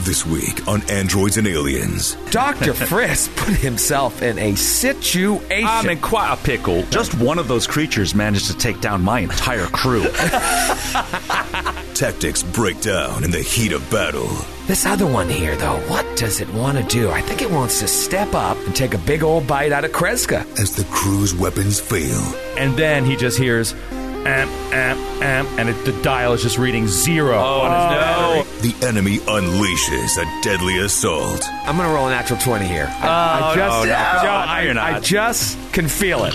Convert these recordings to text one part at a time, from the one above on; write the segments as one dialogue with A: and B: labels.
A: This week on Androids and Aliens.
B: Dr. Frisk put himself in a situation.
C: I'm in quite a pickle.
D: Just one of those creatures managed to take down my entire crew.
A: Tactics break down in the heat of battle.
B: This other one here, though, what does it want to do? I think it wants to step up and take a big old bite out of Kreska.
A: As the crew's weapons fail,
C: And then he just hears, amp, amp, amp, and it, the dial is just reading zero. Oh, no.
A: the enemy unleashes a deadly assault.
B: I'm going to roll a natural 20 here. I, I
C: Oh,
B: just,
C: no, no,
B: I-
C: no,
B: I,
C: you're not.
B: I just can feel it.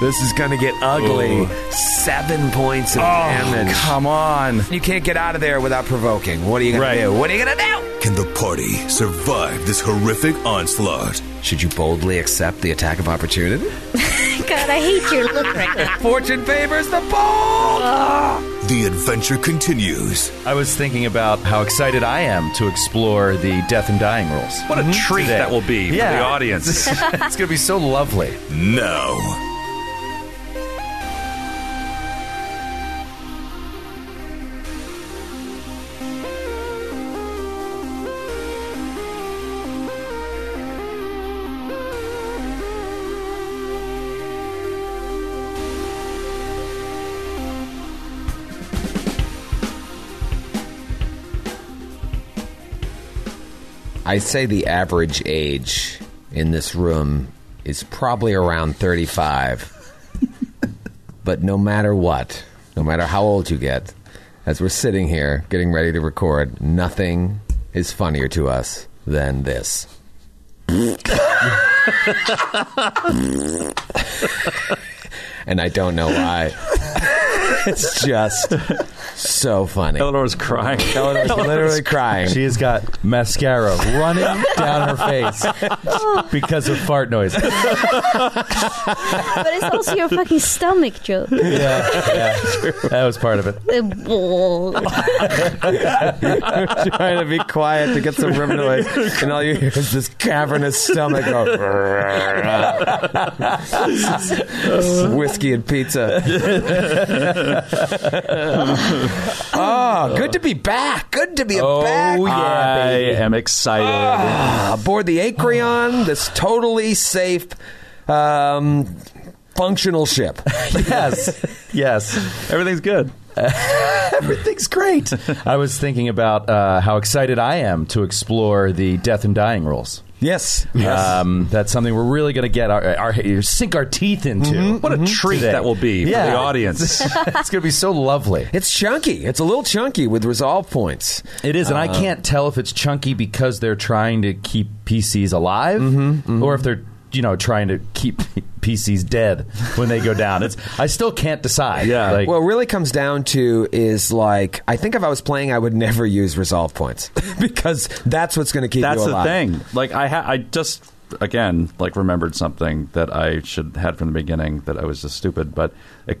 B: This is going to get ugly. Seven points of damage.
C: Oh, come on.
B: You can't get out of there without provoking. What are you going
C: Right.
B: to do? What are you going to do?
A: Can the party survive this horrific onslaught?
B: Should you boldly accept the attack of opportunity?
E: God, I hate your look right now. Oh.
B: Fortune favors the bold!
A: The adventure continues.
F: I was thinking about how excited I am to explore the death and dying rules. Mhm.
D: What a treat
F: Today.
D: that will be for
F: Yeah.
D: the audience.
F: It's going to be so lovely.
A: Now,
B: I'd say the average age in this room is probably around 35. but no matter what, no matter how old you get, as we're sitting here getting ready to record, nothing is funnier to us than this. and I don't know why. it's just so funny.
D: Eleanor's crying.
B: Eleanor's literally crying.
F: She has got mascara running down her face because of fart noise.
E: But it's also your fucking stomach joke.
F: That was part of it.
E: That's
B: trying to be quiet to get some room noise, and all you hear is this cavernous stomach go. Whiskey and pizza. oh, good to be back. Good to be
F: Oh,
B: back. Ah,
D: I am excited.
B: Aboard the Acreon, this totally safe, um, functional ship.
F: Yes. Yes.
D: Everything's good.
F: Everything's great. I was thinking about uh, how excited I am to explore the death and dying rules.
B: Yes.
F: Um, that's something we're really going to get our, our sink our teeth into.
D: What a treat
F: Today.
D: that will be
F: Yeah.
D: for the audience.
F: it's going to be so lovely.
B: It's chunky. It's a little chunky with resolve points.
F: It is, and I can't tell if it's chunky because they're trying to keep PCs alive, or if they're you know trying to keep PCs dead when they go down. It's I still can't decide.
D: Yeah.
F: like,
B: What it really comes down to is like I think if I was playing, I would never use resolve points because that's what's going to keep
D: That's
B: you
D: the
B: alive.
D: thing. Like I, ha- I just again like remembered something that I should had from the beginning that I was just stupid. But a,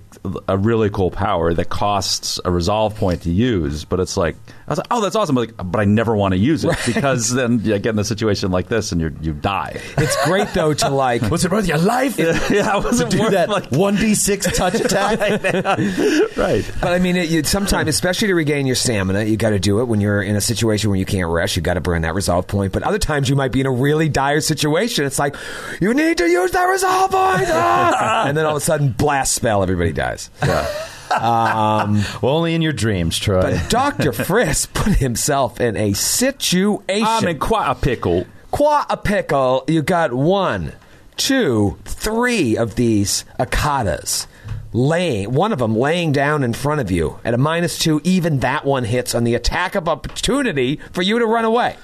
D: a really cool power that costs a resolve point to use, but it's like I was like, oh, that's awesome. But, like, but I never want to use it because then you get in a situation like this and you you die.
B: It's great though to like.
F: what's it worth your life?
D: yeah, it wasn't
F: to do
D: worth,
F: that
D: like-
F: one d six touch attack.
D: right.
B: But I mean, it, you sometimes, especially to regain your stamina, you got to do it when you're in a situation where you can't rest. You got to burn that resolve point. But other times, you might be in a really dire situation. It's like you need to use that resolve point, Ah! and then all of a sudden, blast spell, everybody dies. Um,
F: well, only in your dreams, Troy.
B: But Doctor Frisk put himself in a situation.
D: I'm in quite a pickle.
B: Qua a pickle, you got one, two, three of these akatas laying one of them laying down in front of you at a minus two even that one hits on the attack of opportunity for you to run away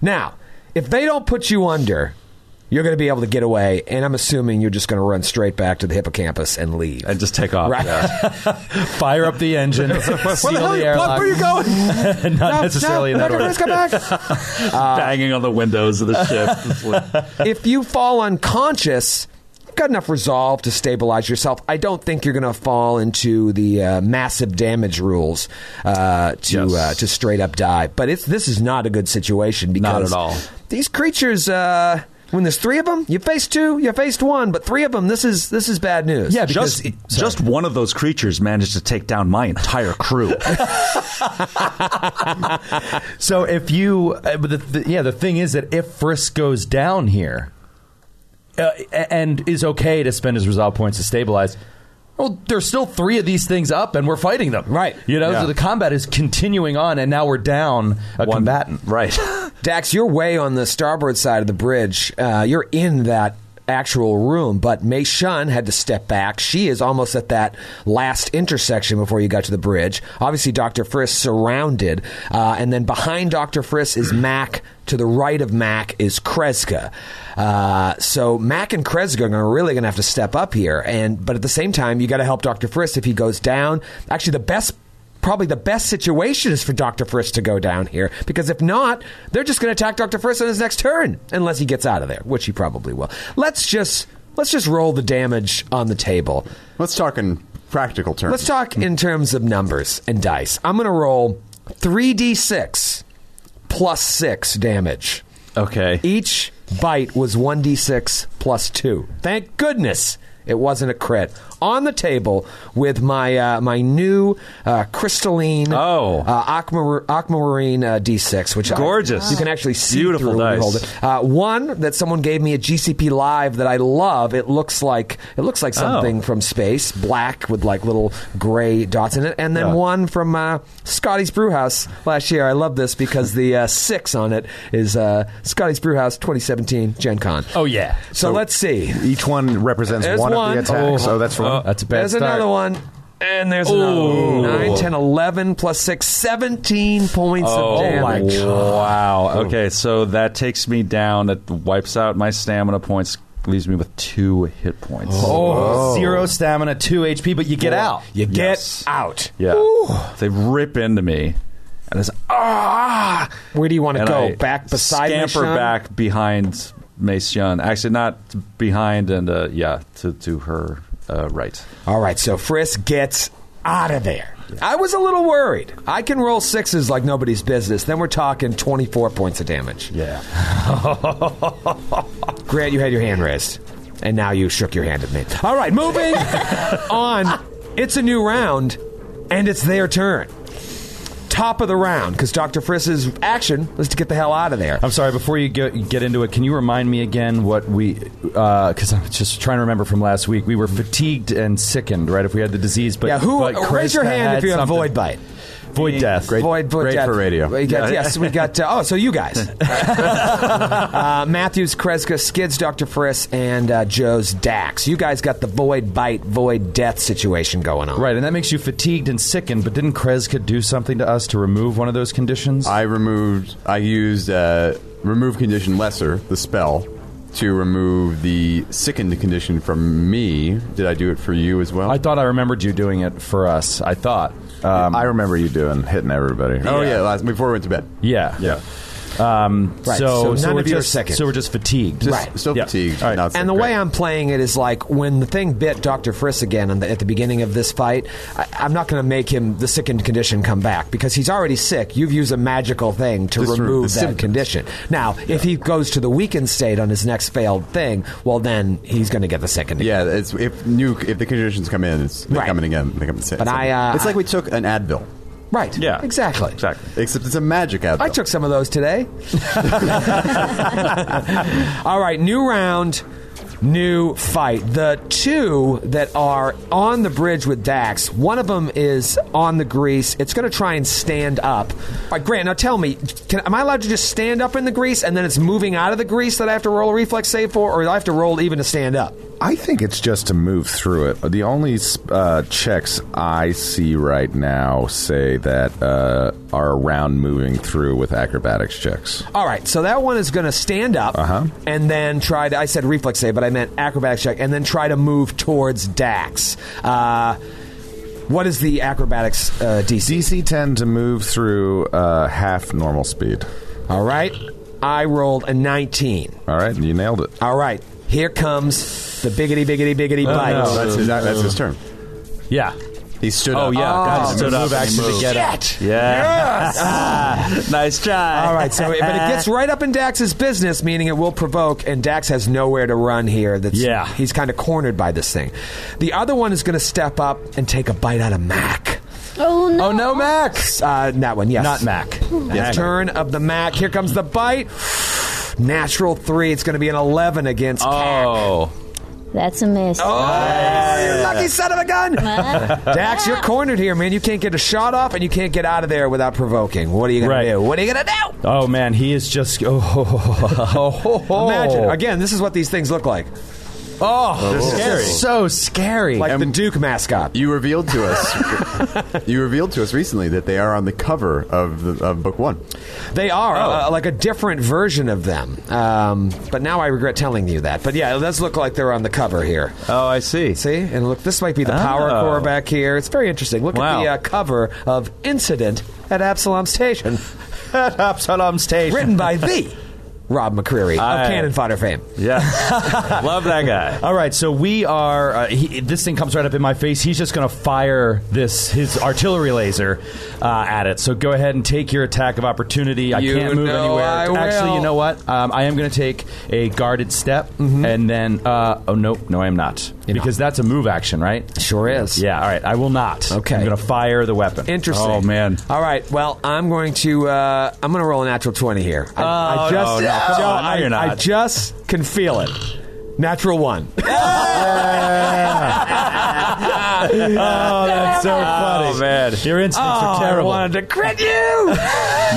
B: now if they don't put you under you're going to be able to get away and i'm assuming you're just going to run straight back to the hippocampus and leave
D: And just take off.
B: Right.
D: Yeah.
F: Fire up the engine, seal
B: Where the hell-
F: the
B: what-
F: airlock.
B: where are you going?
F: Not
B: No,
F: necessarily in
B: no,
F: that
B: Dr.
F: order.
B: Frisk, come back.
D: banging on the windows of the ship.
B: Uh, if you fall unconscious, you've got enough resolve to stabilize yourself. I don't think you're going to fall into the uh, massive damage rules uh, to
D: Yes.
B: uh, to straight up die. But it's this is not a good situation because
D: at all.
B: These creatures. Uh, When there's three of them, you faced two, you faced one, but three of them. This is this is bad news.
F: Yeah, because
D: Just, just one of those creatures managed to take down my entire crew.
F: so if you, uh, but the, the, yeah, the thing is that if Frisk goes down here, uh, a- and is okay to spend his resolve points to stabilize. Well, there's still three of these things up, and we're fighting them.
B: Right.
F: You know,
D: Yeah.
F: so the combat is continuing on, and now we're down a
D: One-
F: combatant.
D: right?
B: Dax, you're way on the starboard side of the bridge. Uh, you're in that actual room, but Mei Shun had to step back. She is almost at that last intersection before you got to the bridge. Obviously, Dr. Friss surrounded, uh, and then behind Dr. Friss is Mac. To the right of Mac is Kreska. Uh, so Mac and Kreska are really going to have to step up here. And but at the same time, you got to help Dr. Friss if he goes down. Actually, the best probably the best situation is for Dr. Frisk to go down here because if not, they're just going to attack Dr. Frisk on his next turn unless he gets out of there, which he probably will. Let's just let's just roll the damage on the table.
G: Let's talk in practical terms.
B: Let's talk in terms of numbers and dice. I'm going to roll 3d6 plus 6 damage.
D: Okay.
B: Each bite was 1d6 plus 2. Thank goodness it wasn't a crit. On the table with my uh, my new uh, crystalline
D: Oh.
B: uh, aquamar- aquamarine uh, d6, which I-
D: Gorgeous.
B: you can actually see
D: Beautiful
B: through when you
D: dice.
B: hold it. Uh, one that someone gave me at GCP Live that I love. It looks like it looks like something from space, black with like little gray dots in it, and then
D: Yeah.
B: one from uh, Scotty's Brewhouse last year. I love this because the uh, six on it is uh, Scotty's Brewhouse 2017 Gen Con.
F: Oh, yeah.
B: so, let's see.
G: Each one represents
B: There's
G: one,
B: one. Uh,
G: of the attacks. Oh, that's one.
F: That's a bad
B: There's
F: start.
B: another one. And there's another one. 9, 10, 11 plus 6, 17 points of damage.
D: Oh. Wow. Okay, so that takes me down. That wipes out my stamina points, leaves me with two hit points.
F: Oh, zero stamina, two HP, but you get out.
B: You get
D: Yes.
B: out.
D: Yeah. They rip into me, and it's ah.
B: Where do you want to
D: And
B: go?
D: I
B: back beside
D: scamper
B: Michonne?
D: back behind Mace Young. Actually, not behind, and uh, yeah, to to her uh, right.
B: All right, so Frisk gets out of there. I was a little worried. I can roll sixes like nobody's business. Then we're talking 24 points of damage.
D: Yeah.
B: Grant, you had your hand raised, and now you shook your hand at me. All right, moving on. It's a new round, and it's their turn. Top of the round, because Dr. Friss's action was to get the hell out of there.
F: I'm sorry. Before you get, get into it, can you remind me again what we? Because I'm just trying to remember from last week. We were fatigued and sickened, right? If we had the disease, but
B: Yeah, who?
F: but
B: raise your
F: Krista
B: hand if
F: had
B: you have
F: something.
B: void bite.
F: void death.
B: Void, void
G: great
B: death.
G: for radio.
B: We got, Yes, we got. Uh, oh, so you guys. uh, Matthews, Kreska, Skids, Dr. Friss, and uh, Joe's Dax. You guys got the void bite, void death situation going on.
F: Right, and that makes you fatigued and sickened. But didn't Kreska do something to us to remove one of those conditions?
G: I removed. I used uh, remove condition lesser the spell to remove the sickened condition from me. Did I do it for you as well?
F: I thought I remembered you doing it for us. I thought. Um,
H: I remember you doing hitting everybody.
G: oh yeah, last before we went to bed.
F: yeah.
H: yeah.
F: Um,
B: Right, so
F: So,
B: none
F: we're
B: of you are
F: just-
B: sickened.
F: So we're just fatigued.
G: Just
B: Right.
G: Still
F: Yeah.
G: fatigued.
F: All right.
G: not
B: And the
G: sick,
B: way
G: right?
B: I'm playing it is like when the thing bit Dr. Friss again on the, at the beginning of this fight, I, I'm not going to make him the sickened condition come back because he's already sick. You've used a magical thing to
G: Just remove
B: remove that
G: the symptoms.
B: condition. Now, if he goes to the weakened state on his next failed thing, well, then he's going to get the sickened
G: Yeah, it's if new if the conditions come in, it's they
B: Right.
G: come in again. They come in
B: But I, uh,
G: it's like
B: I-
G: we took an Advil,
B: Right.
D: Yeah.
B: Exactly.
D: Exactly.
G: except it's a magic Advil.
B: I took some of those today.
F: Oh,
B: All right, new round, new fight. The two that are on the bridge with Dax, one of them is on the grease. It's going to try and stand up. All right, Grant, now tell me, can, am I allowed to just stand up in the grease and then it's moving out of the grease that I have to roll a reflex save for, or do I have to roll even to stand up?
H: I think it's just to move through it. The only uh, checks I see right now say that uh, are around moving through with acrobatics checks.
B: All right, so that one is going to stand up and then try to. I said reflex save, but I meant acrobatics check, and then try to move towards Dax. Uh, what is the acrobatics uh, DC?
H: DC 10 to move through uh, half normal speed.
B: All right, I rolled a 19.
H: All right, you nailed it.
B: All right, Oh, here comes the biggity, biggity, biggity bite.
G: That's his, that's his turn.
F: Yeah.
G: He stood up.
D: Oh yeah,
B: Oh.
D: God, stood up.
F: Move
D: and
F: action
D: he
F: to
D: moved.
F: get up.
B: Shit!
D: Yeah. nice try.
B: All right, so but it gets right up in Dax's business, meaning it will provoke, and Dax has nowhere to run here. That's
D: Yeah.
B: he's kind of cornered by this thing. The other one is going to step up and take a bite out of Mac.
E: Oh no!
F: Oh no, Max!
B: Uh, that one, yes,
F: Not Mac.
B: The turn of the Mac. Here comes the bite. Natural three. It's going to be an eleven against. Cat.
D: Oh,
E: That's a miss.
B: You Oh, lucky son of a gun! Dax, you're cornered here, man. You can't get a shot off, and you can't get out of there without provoking. What are you going
F: Right.
B: to do? What are you going to do?
F: Oh man, he is just. Oh,
B: Imagine again. This is what these things look like,
F: Oh, this is
G: scary.
F: so scary.
B: like
G: And-
B: the Duke mascot.
G: You revealed to us. you revealed to us recently that they are on the cover of the, of book one.
B: They are
D: Oh.
B: uh, like a different version of them. Um, but now I regret telling you that. But yeah, it does look like they're on the cover here.
D: oh, I see.
B: See? And look, this might be the power
D: Oh.
B: core back here. It's very interesting. Look at
D: Wow.
B: the uh, cover of Incident at Absalom Station,
D: Absalom Station.
B: written by the Rob McCreary of
D: Aye.
B: Cannon Fodder fame.
D: Yeah, love that guy.
F: All right, so we are. Uh, he, this thing comes right up in my face. He's just going to fire this his artillery laser uh, at it. So go ahead and take your attack of opportunity. I
B: You
F: can't move
B: know
F: anywhere.
B: I will.
F: Actually, you know what? Um, I am going to take a guarded step, and then. Uh, oh no, no, I am not
B: Mm-hmm. You're not.
F: because that's a move action, right?
B: Sure is.
F: Yeah. All right, I will not.
B: Okay.
F: I'm going to fire the weapon.
B: Interesting.
D: Oh, man.
B: All right. Well, I'm going to uh, I'm going to roll a natural twenty here. I, I
D: Oh,
B: just
D: no, no, come
B: Joe,
D: on, no,
B: I,
D: you're not.
B: I just can feel it. Natural one.
F: Oh, that's so funny.
D: Oh man,
F: Your instincts are terrible.
B: Oh, to crit you.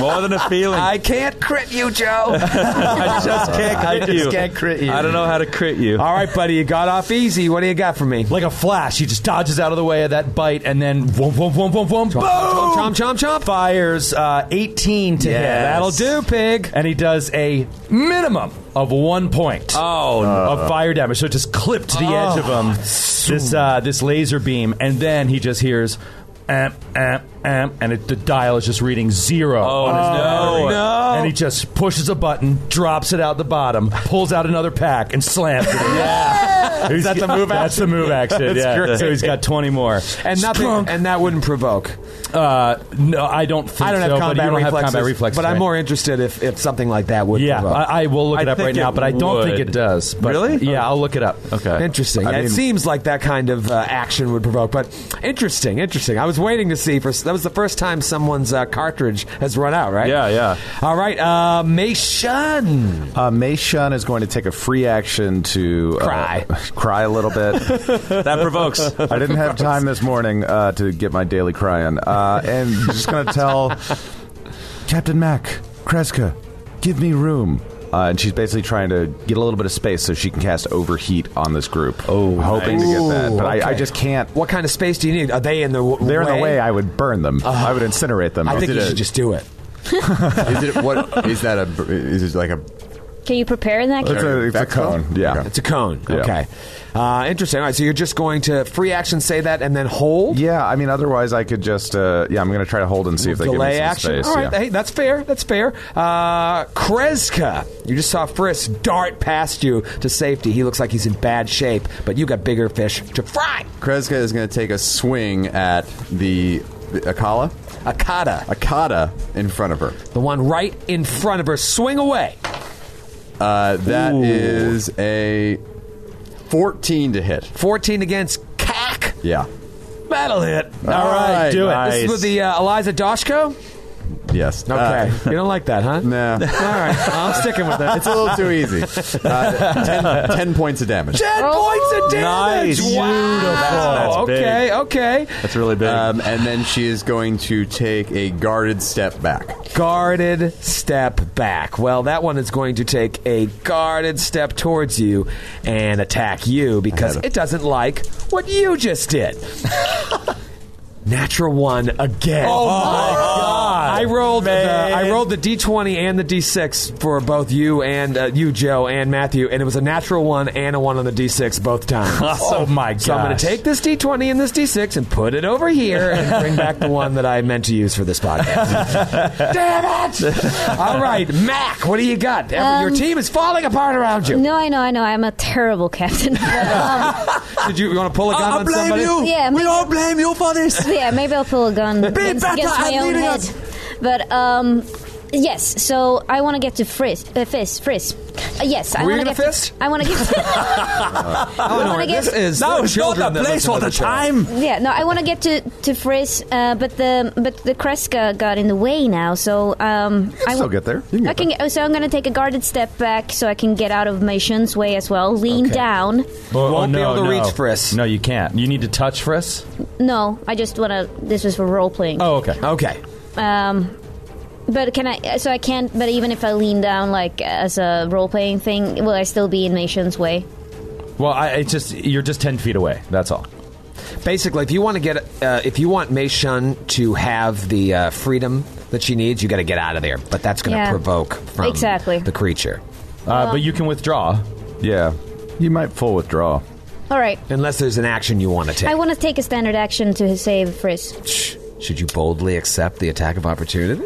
D: more than a feeling.
B: I can't crit you, Joe.
D: I just can't crit
F: I just
D: you.
F: can't crit you.
D: I don't know how to crit you.
B: All right, buddy, you got off easy. What do you got for me?
F: like a flash, he just dodges out of the way of that bite, and then whoom, whoom, whoom, whoom, whoom, boom!
B: Chomp, chomp, chomp.
F: fires uh, 18 to hit.
B: That'll do, pig.
F: And he does a minimum of one point
D: Oh,
B: Uh-huh.
H: Uh,
F: of fire damage. So it just clipped
B: Oh.
F: the edge of him, this, uh, this laser beam, and then he just hears. Amp, amp, amp, and it, the dial is just reading zero. Oh,
D: no.
F: no! And he just pushes a button, drops it out the bottom, pulls out another pack, and slams it. yeah, is that the move? That's the move action. yeah. So he's got twenty more,
B: And nothing, and that wouldn't provoke.
F: Uh, no, I don't think
B: I don't
F: so,
B: have
F: but
B: combat,
F: you don't
B: reflexes,
F: have combat reflexes.
B: But I'm
F: right?
B: more interested if, if something like that would
F: Yeah,
B: provoke.
F: I, I will look it
D: I
F: up
D: think
F: right now,
D: it
F: but I don't think
D: would.
F: it does. But
D: Really?
F: Yeah, I'll look it up.
D: okay.
B: Interesting.
H: Uh, I
B: Yeah, it
H: mean-
B: seems like that kind of uh, action would provoke, but interesting, interesting. I was waiting to see for that was the first time someone's uh, cartridge has run out, right?
D: Yeah, yeah.
B: All right, uh, Meishun.
H: Uh, Mei Shun is going to take a free action to uh,
B: Cry.
H: cry a little bit.
D: That provokes.
H: I didn't have time this morning uh, to get my daily cry in, uh, and I'm just going to tell uh, Captain Mac Kreska, give me room. Uh, and she's basically trying to get a little bit of space so she can cast overheat on this group. Oh, hoping to get that, but I, I
B: okay.
H: just can't.
B: What kind of space do you need? Are they in the w-
H: They're in the way. I would burn them.
G: Uh,
H: I would incinerate them.
B: I think
G: Did
B: you
G: it-
B: should just do it.
G: Is it what? Is that a? Is it like a?
E: Can you prepare in that?
H: it's a, it's a
G: Back spell?
H: cone. Yeah.
B: It's a cone.
H: Yeah.
B: Okay. Uh, interesting. All right. So you're just going to free action say that and then hold?
H: Yeah, I mean, otherwise I could just. Uh, yeah, I'm going to try to hold and see if they
B: Delay
H: give me some
B: action.
H: space.
B: All right.
H: yeah.
B: Hey, that's fair. That's fair. Uh, Kreska. You just saw Frisk dart past you to safety. He looks like he's in bad shape, but you got bigger fish to fry.
G: Kreska is going to take a swing at the, the Akala,
B: Akata.
G: Akata in front of her.
B: The one right in front of her. Swing away.
G: Uh, that is a fourteen to hit.
B: 14 against Cack.
G: Yeah.
B: That'll hit.
G: All right,
F: do it.
B: This is with the uh, Eliza Doshko?
G: Yes.
B: Okay.
G: Uh,
B: you don't like that, huh?
G: nah.
B: All right. I'm sticking with that.
G: It's a little too easy. Uh, ten, ten points of damage.
B: 10 points of damage.
D: Nice.
B: Wow.
D: That's
B: okay,
D: big.
B: okay.
D: That's really big.
G: Um, and then she is going to take a guarded step back.
B: Guarded step back. Well, that one is going to take a guarded step towards you and attack you because it doesn't like what you just did. Natural one again. Oh, my god! I rolled the, I rolled the d20 and the d6 for both you and uh, you Joe and Matthew, and it was a natural one and a one on the d6 both times.
F: Oh my god!
B: So I'm going to take this D20 and this D6 and put it over here and bring back the one that I meant to use for this podcast. Damn it! All right, Mac, what do you got? Ever- Your
E: Um,
B: team is falling apart around you.
E: No, I know, I know. I'm a terrible captain. But, um,
B: Did you, you want to pull a gun on somebody?
E: yeah, maybe,
I: all blame you for this.
E: yeah, maybe I'll pull a gun against
I: better
E: against my
I: at
E: own
I: leading
E: head.
I: us.
E: But um, yes. So I want to get to Frizz. Uh, fizz, Frizz. Uh, yes, I
B: Were you
E: want to get.
B: gonna
E: to-
B: fist?
E: I want to get.
B: Oh,
E: I want to
B: This
E: get.
B: is
I: Now
B: the
I: is not
B: children
I: the
B: that
I: place
B: listen
I: for
B: to
I: the
B: show.
I: time.
E: Yeah, no, I want to get to to Frizz, uh, but the but the Kreska got in the way now. So um, I
H: I'll
E: w-
H: get there. You can
E: I
H: get
E: can. Get, so I'm gonna take a guarded step back so I can get out of my Shun's way as well. Lean down.
F: Oh,
B: Won't be
F: no,
B: able to
F: no.
B: reach Friss.
F: No, you can't. You need to touch Friss.
E: No, I just wanna. This was for role playing.
F: Oh, okay.
B: Okay.
E: Um, but can I? So I can't. But even if I lean down, like as a role playing thing, will I still be in my Shun's way?
F: Well, I, it's just you're just ten feet away. That's all.
B: Basically, if you want to get, uh, if you want Mei Shun to have the uh, freedom that she needs, you got to get out of there. But that's going to
E: Yeah.
B: provoke from
E: Exactly.
B: the creature,
F: Uh, but you can withdraw.
H: Yeah, you might full withdraw.
E: All right.
B: unless there's an action you want to take.
E: I want to take a standard action to save Frizz.
B: Should you boldly accept the attack of opportunity?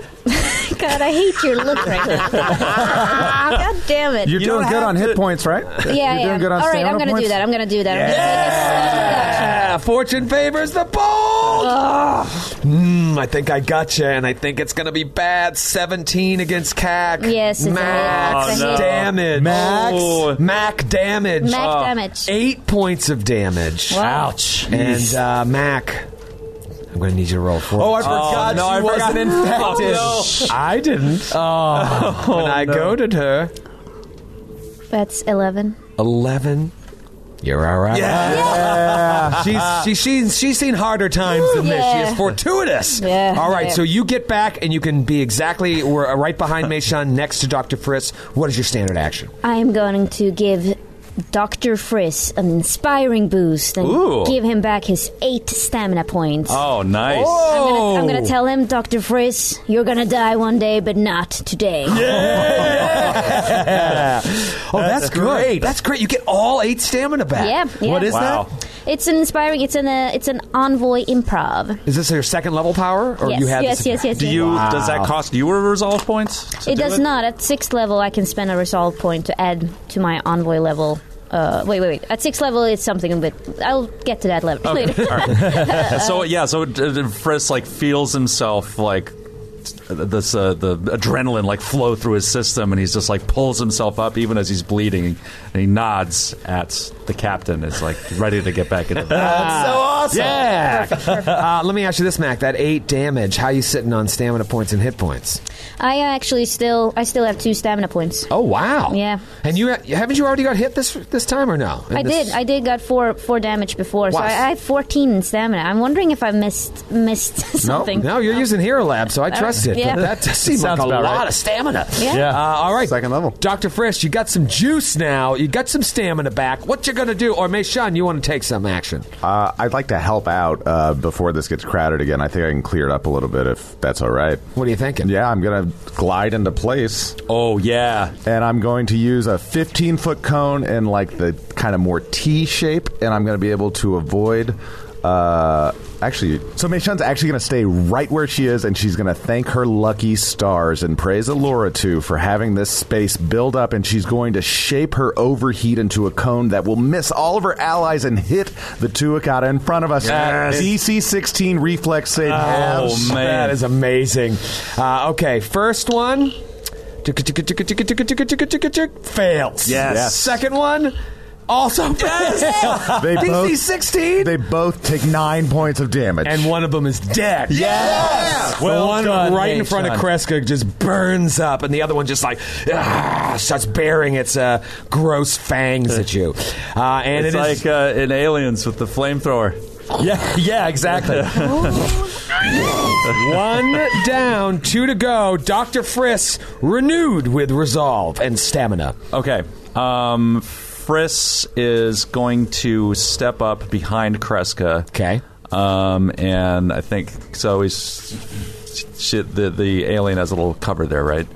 E: God, I hate your look right now. God damn it.
H: You're
I: don't
H: doing good
I: have
H: on hit points, right?
E: Yeah,
H: You're
E: yeah.
H: doing good on
E: All right,
H: stamina
E: I'm gonna
H: points?
E: do that. I'm gonna do that. I'm gonna
B: Ah, fortune favors the bold. Mm, I think I got you, and I think it's going to be bad. Seventeen against CAC.
E: Yes, it's a hit.
B: max
E: It's a hit.
B: damage.
H: Oh, Max? Oh.
B: Oh. mac damage.
E: take a max damage.
B: Eight points of damage.
F: Ouch.
B: And uh, Mac, I'm going to need you to roll for.
H: Oh, I forgot
B: no,
H: she
B: I forgot.
H: wasn't infected.
B: I didn't. Oh, when I goaded her.
E: That's eleven.
B: Eleven. You're all right. Yeah. she's she, she's she's seen harder times than this. She
E: Uh, Yeah.
B: is fortuitous.
E: Yeah.
B: All right.
E: Yeah.
B: So you get back and you can be exactly we're uh, right behind Meishan next to Doctor Friss. What is your standard action?
E: I am going to give Doctor Friss an inspiring boost and
D: Ooh.
E: give him back his eight stamina points.
D: Oh, nice.
E: I'm gonna, I'm gonna tell him, Doctor Friss, you're gonna die one day, but not today.
B: Oh, that's, great. That's great. You get all eight stamina back.
E: Yeah, yeah.
B: What is
D: Wow.
B: that?
E: It's an inspiring. It's an uh, it's an envoy improv.
B: Is this your second level power, or
E: yes,
B: you had
E: yes,
B: this?
E: yes, yes,
D: Do
E: yes.
D: you? Does that cost you a resolve points? to
E: It
D: do
E: does not. At sixth level, I can spend a resolve point to add to my envoy level. Uh, wait, wait, wait. At sixth level, it's something, but I'll get to that level later.
D: so yeah, so uh, Frisk like feels himself like this uh, the adrenaline like flow through his system, and he's just like pulls himself up even as he's bleeding, and he nods at the captain. Is like ready to get back into the Ah.
B: So awesome! Yeah. Uh, let me ask you this, Mac. That eight damage. How you sitting on stamina points and hit points?
E: I actually still, I still have two stamina points.
B: Oh wow!
E: Yeah.
B: And you ha- haven't you already got hit this this time or no? In
E: I
B: this-
E: did. I did got four four damage before, so
B: Wow.
E: I, I have fourteen in stamina. I'm wondering if I missed missed something.
B: No, you're using Hero Lab, so I trust it.
E: yeah.
B: But that does seem like
F: Sounds
B: a lot
F: about right.
B: of stamina.
E: Yeah.
B: Uh, all right.
G: Second level.
B: Dr. Frisch, you got some juice now. You got some stamina back. What you going to do? Or, Meishan, you want to take some action.
H: Uh, I'd like to help out uh, before this gets crowded again. I think I can clear it up a little bit if that's all right.
B: What are you thinking?
H: Yeah, I'm going to glide into place,
D: oh yeah,
H: and I'm going to use a 15 foot cone in like the kind of more T shape, and I'm going to be able to avoid. Uh, actually, so Meishan's actually going to stay right where she is, and she's going to thank her lucky stars and praise Alora too for having this space build up, and she's going to shape her overheat into a cone that will miss all of her allies and hit the Tuakata in front of us.
D: Yes.
H: DC 16 reflex save.
D: oh
H: halves.
D: man,
B: That is amazing. Uh, okay, first one. Fails.
D: Yes. Yes.
B: Second one. Also fails.
H: They
B: DC
H: both-
B: 16.
H: They both take nine points of damage.
B: and one of them is dead.
H: Yes!
B: The
F: Well
B: one
F: done,
B: right in
F: Nate
B: front of
F: John.
B: Kreska just burns up, and the other one just like ah, starts bearing its uh, gross fangs at you. Uh, and
D: it's
B: it
D: like
B: is-
D: uh, in Aliens with the flamethrower.
F: Yeah, yeah, exactly.
B: one down, two to go. Doctor Friss renewed with resolve and stamina.
D: Okay. Um, Friss is going to step up behind Kreska.
B: Okay.
D: Um, and I think so. He's shit. The the alien has a little cover there, right?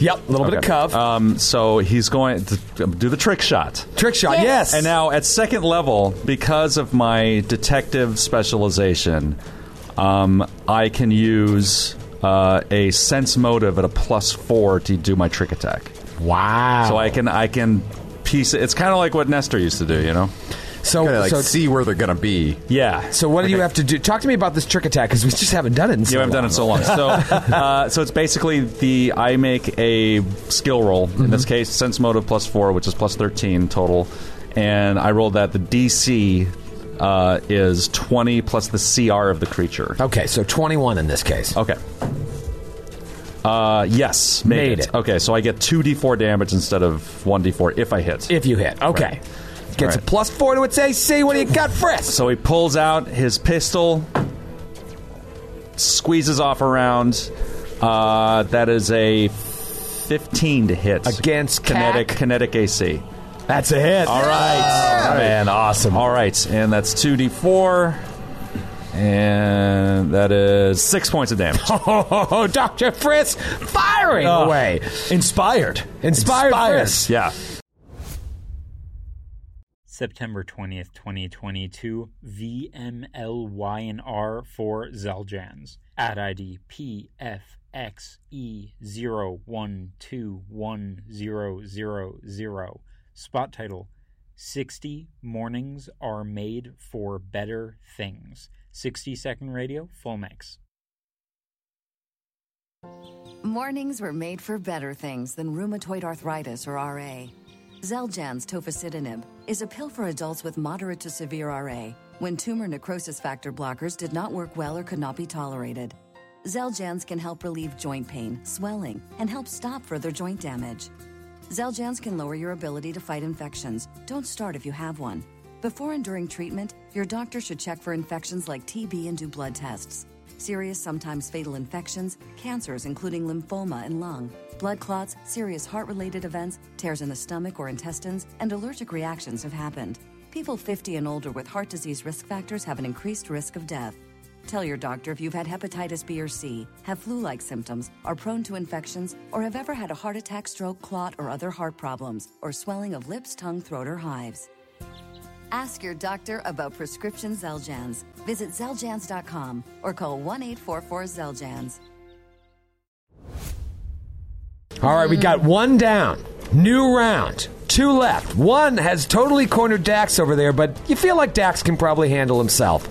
B: Yep, a little bit of
D: Okay.
B: cuff.
D: Um, so he's going to do the trick shot.
B: Trick shot,
E: yes.
B: yes.
D: And now at second level, because of my detective specialization, um, I can use uh, a sense motive at a plus four to do my trick attack.
B: wow.
D: So I can I can piece it. It's kind of like what Nestor used to do, you know?
B: so,
G: Gotta like
B: so,
G: see where they're gonna be.
D: Yeah.
B: so what do you have to do? Talk to me about this trick attack because we just haven't done it. In so
D: You haven't done it in so long. So, uh, so it's basically the I make a skill roll. In
B: Mm-hmm.
D: this case, sense motive plus four, which is plus thirteen total, and I rolled that. The DC uh, is twenty plus the CR of the creature.
B: Okay, so 21 in this case.
D: Okay. Uh, yes, made,
B: Made it.
D: Okay, so I get two d4 damage instead of one d4 if I hit.
B: If you hit. Okay. Gets a
D: Right.
B: plus four to its AC. What do you got, Frisk?
D: So he pulls out his pistol, squeezes off around. Uh, that is a 15 to hit
B: Against
D: kinetic
B: CAC?
D: kinetic AC.
B: That's a hit.
D: All right,
F: Man, awesome.
D: all right, and that's two d4, and that is six points of damage.
B: Oh, Dr. Frisk firing away.
F: Inspired.
B: Inspired, Frisk.
D: yeah.
I: September 20th, 2022, VMLYNR for Zaljans at ID E PFXE01210000. Spot title 60 Mornings Are Made for Better Things. 60 Second Radio, full mix.
J: Mornings were made for better things than rheumatoid arthritis or RA. Zeljans tofacitinib is a pill for adults with moderate to severe RA when tumor necrosis factor blockers did not work well or could not be tolerated. Zeljans can help relieve joint pain, swelling, and help stop further joint damage. Zeljans can lower your ability to fight infections. Don't start if you have one. Before and during treatment, your doctor should check for infections like TB and do blood tests. Serious, sometimes fatal infections, cancers, including lymphoma and lung, blood clots, serious heart related events, tears in the stomach or intestines, and allergic reactions have happened. People 50 and older with heart disease risk factors have an increased risk of death. Tell your doctor if you've had hepatitis B or C, have flu like symptoms, are prone to infections, or have ever had a heart attack, stroke, clot, or other heart problems, or swelling of lips, tongue, throat, or hives. Ask your doctor about prescription Zeljans. Visit Zeljans.com or call 1 844 Zeljans.
B: All right, we got one down. New round. Two left. One has totally cornered Dax over there, but you feel like Dax can probably handle himself.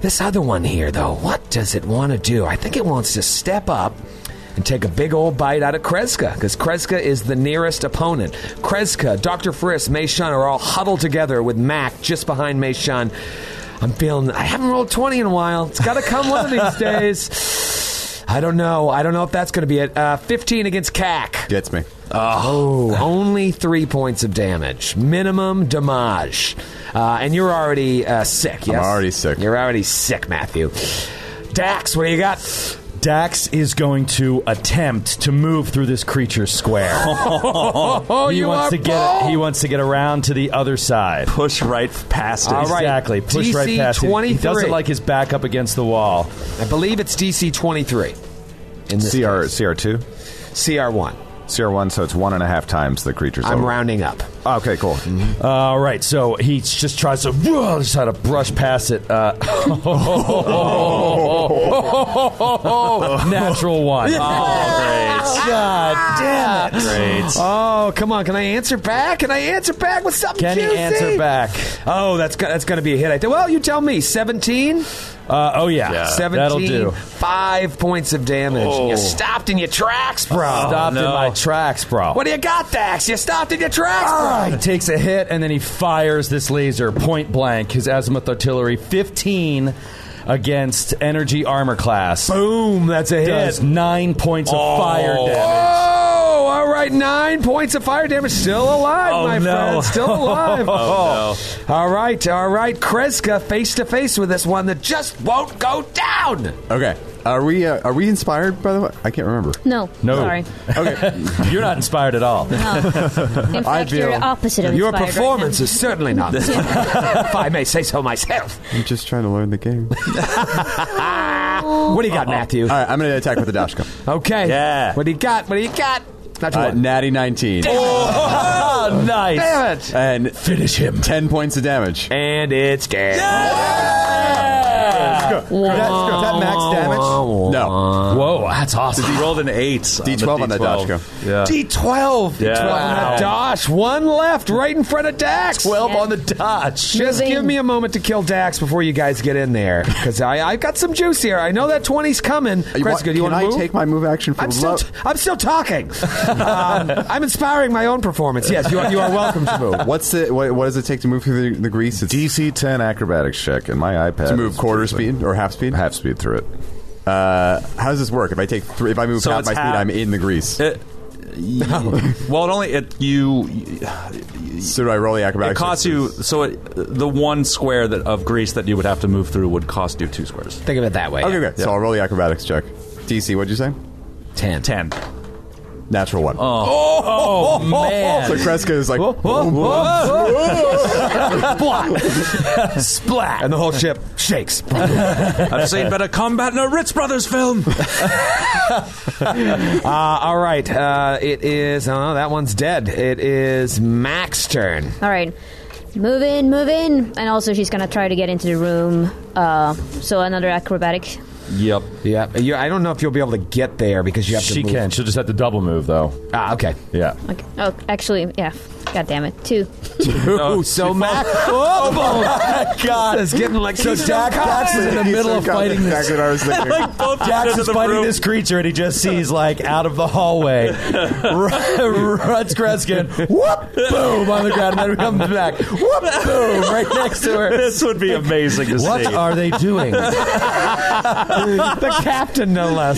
B: This other one here, though, what does it want to do? I think it wants to step up and take a big old bite out of Kreska, because Kreska is the nearest opponent. Kreska, Dr. Frisk, Mei Shun are all huddled together with Mac just behind Mei Shun. I'm feeling, I haven't rolled 20 in a while. It's got to come one of these days. I don't know. I don't know if that's going to be it. Uh, 15 against CAC.
G: Gets me.
B: Oh, only three points of damage, minimum damage, uh, and you're already uh, sick. Yes,
G: already sick.
B: You're already sick, Matthew. Dax, what do you got?
F: Dax is going to attempt to move through this creature's square.
B: Oh,
F: he
B: you
F: wants
B: are
F: to get
B: bold.
F: he wants to get around to the other side.
D: Push right past it.
B: All right.
F: Exactly. Push
B: DC
F: right past it. He
B: 23.
F: doesn't like his back up against the wall.
B: I believe it's DC 23 in this
H: CR CR two,
B: CR one.
H: CR one. So it's one and a half times the creature's.
B: I'm
H: level.
B: rounding up. Mm-hmm.
H: Okay, cool.
F: All right, so he just tries to whoa, just try to brush past it. Uh, natural one.
D: Oh,
F: God damn it!
D: great. Great.
B: Oh, come on! Can I answer back? Can I answer back with something?
F: Can he
B: juicy?
F: answer back?
B: Oh, that's go- that's going to be a hit. I think. Well, you tell me. 17?
F: Uh, oh yeah, that'll
B: 17,
F: do. Oh.
B: Five points of damage. You stopped in your tracks, bro.
F: Stopped in
D: no.
F: my tracks, bro.
B: What do you got, Dax? You stopped in your tracks,
F: Ah,
B: bro.
F: he takes a hit and then he fires this laser point blank. His azimuth artillery, fifteen against energy armor class.
B: Boom, that's a
F: Does
B: hit.
F: nine points of fire damage.
B: Oh, all right, nine points of fire damage. Still alive, my
F: Oh, no.
B: friend. Still alive.
D: Oh,
B: All right, all right. Kreska face to face with this one that just won't go down.
G: Okay. Are we uh, are we inspired by the way? I can't remember.
E: No.
F: No.
E: Sorry.
F: Okay. You're not inspired at all.
E: In fact,
G: I feel-
E: you're opposite of
B: Your
E: inspired right now.
B: performance is certainly not, if I may say so myself.
G: I'm just trying to learn the game. All
B: What do you got, Matthew?
G: right, I'm going to attack with the dash cup.
B: Okay.
D: Yeah.
B: What do you got? What do you got? Not
G: Uh,
B: one.
G: natty 19
F: Oh, nice.
B: Damn it.
G: and
F: Finish him.
G: 10 points of damage.
B: And it's dead.
H: Is that max damage?
G: No.
F: Whoa, that's awesome.
D: He rolled an eight.
G: D12 on
D: the
G: that dodge go.
D: Yeah.
B: D12.
D: Yeah.
B: Wow.
D: Wow.
B: Dash, one left, right in front of Dax.
F: 12 on the dodge.
B: Just
E: Moving.
B: give me a moment to kill Dax before you guys get in there, because I I got some juice here. I know that 20's coming. Chris,
G: What-
B: do you
G: can
B: want
G: I
B: to move?
G: take my move action for
B: I'm still,
G: love?
B: t- I'm still talking. um, I'm inspiring my own performance. Yes, you are, you are welcome to move.
G: What's it? What, what does it take to move through the, the grease? It's
H: DC 10 acrobatics check, and my iPad.
G: to move
H: is
G: quarter
H: freezing.
G: speed or half speed.
H: Half speed through it.
G: Uh, how does this work? If I take three, if I move
D: So
G: half
D: it's
G: my speed,
D: half-
G: I'm in the grease.
B: Uh,
D: It, well, it only it you
G: so do I roll the
D: it
G: acrobatics?
D: costs you so it, the one square that of grease that you would have to move through would cost you two squares.
B: Think of it that way.
G: Okay,
B: yeah.
G: okay. So I'll roll the acrobatics check. DC, what'd you say?
B: Ten.
D: Ten.
G: Natural one.
F: Oh, man.
G: So Kreska is like,
B: Splat. And the whole ship shakes.
D: I've seen better combat in a Ritz Brothers film.
B: Uh, all right. Uh, it is. Oh, that one's dead. It is Mac's turn.
E: All right. Move in, move in. And also, she's going to try to get into the room. Uh, so, another acrobatic.
D: yep.
B: Yeah. You, I don't know if you'll be able to get there because you have to.
F: She
B: move.
F: can. She'll just have to double move, though.
B: Ah, okay.
F: Yeah.
E: Okay. Oh, actually, yeah. God damn it. Two.
B: Ooh, Oh, so Mac. Oh, my God. It's getting like so
F: Jack Dax is in the middle of fighting this.
G: Exactly what I was thinking.
F: Jax is fighting this creature, and he just sees like out of the hallway, Ru- runs Kreskin, whoop, boom on the ground, and then comes back, whoop, boom, right next to her.
D: This would be amazing to
F: What
D: see.
F: are they doing?
B: the captain, no less.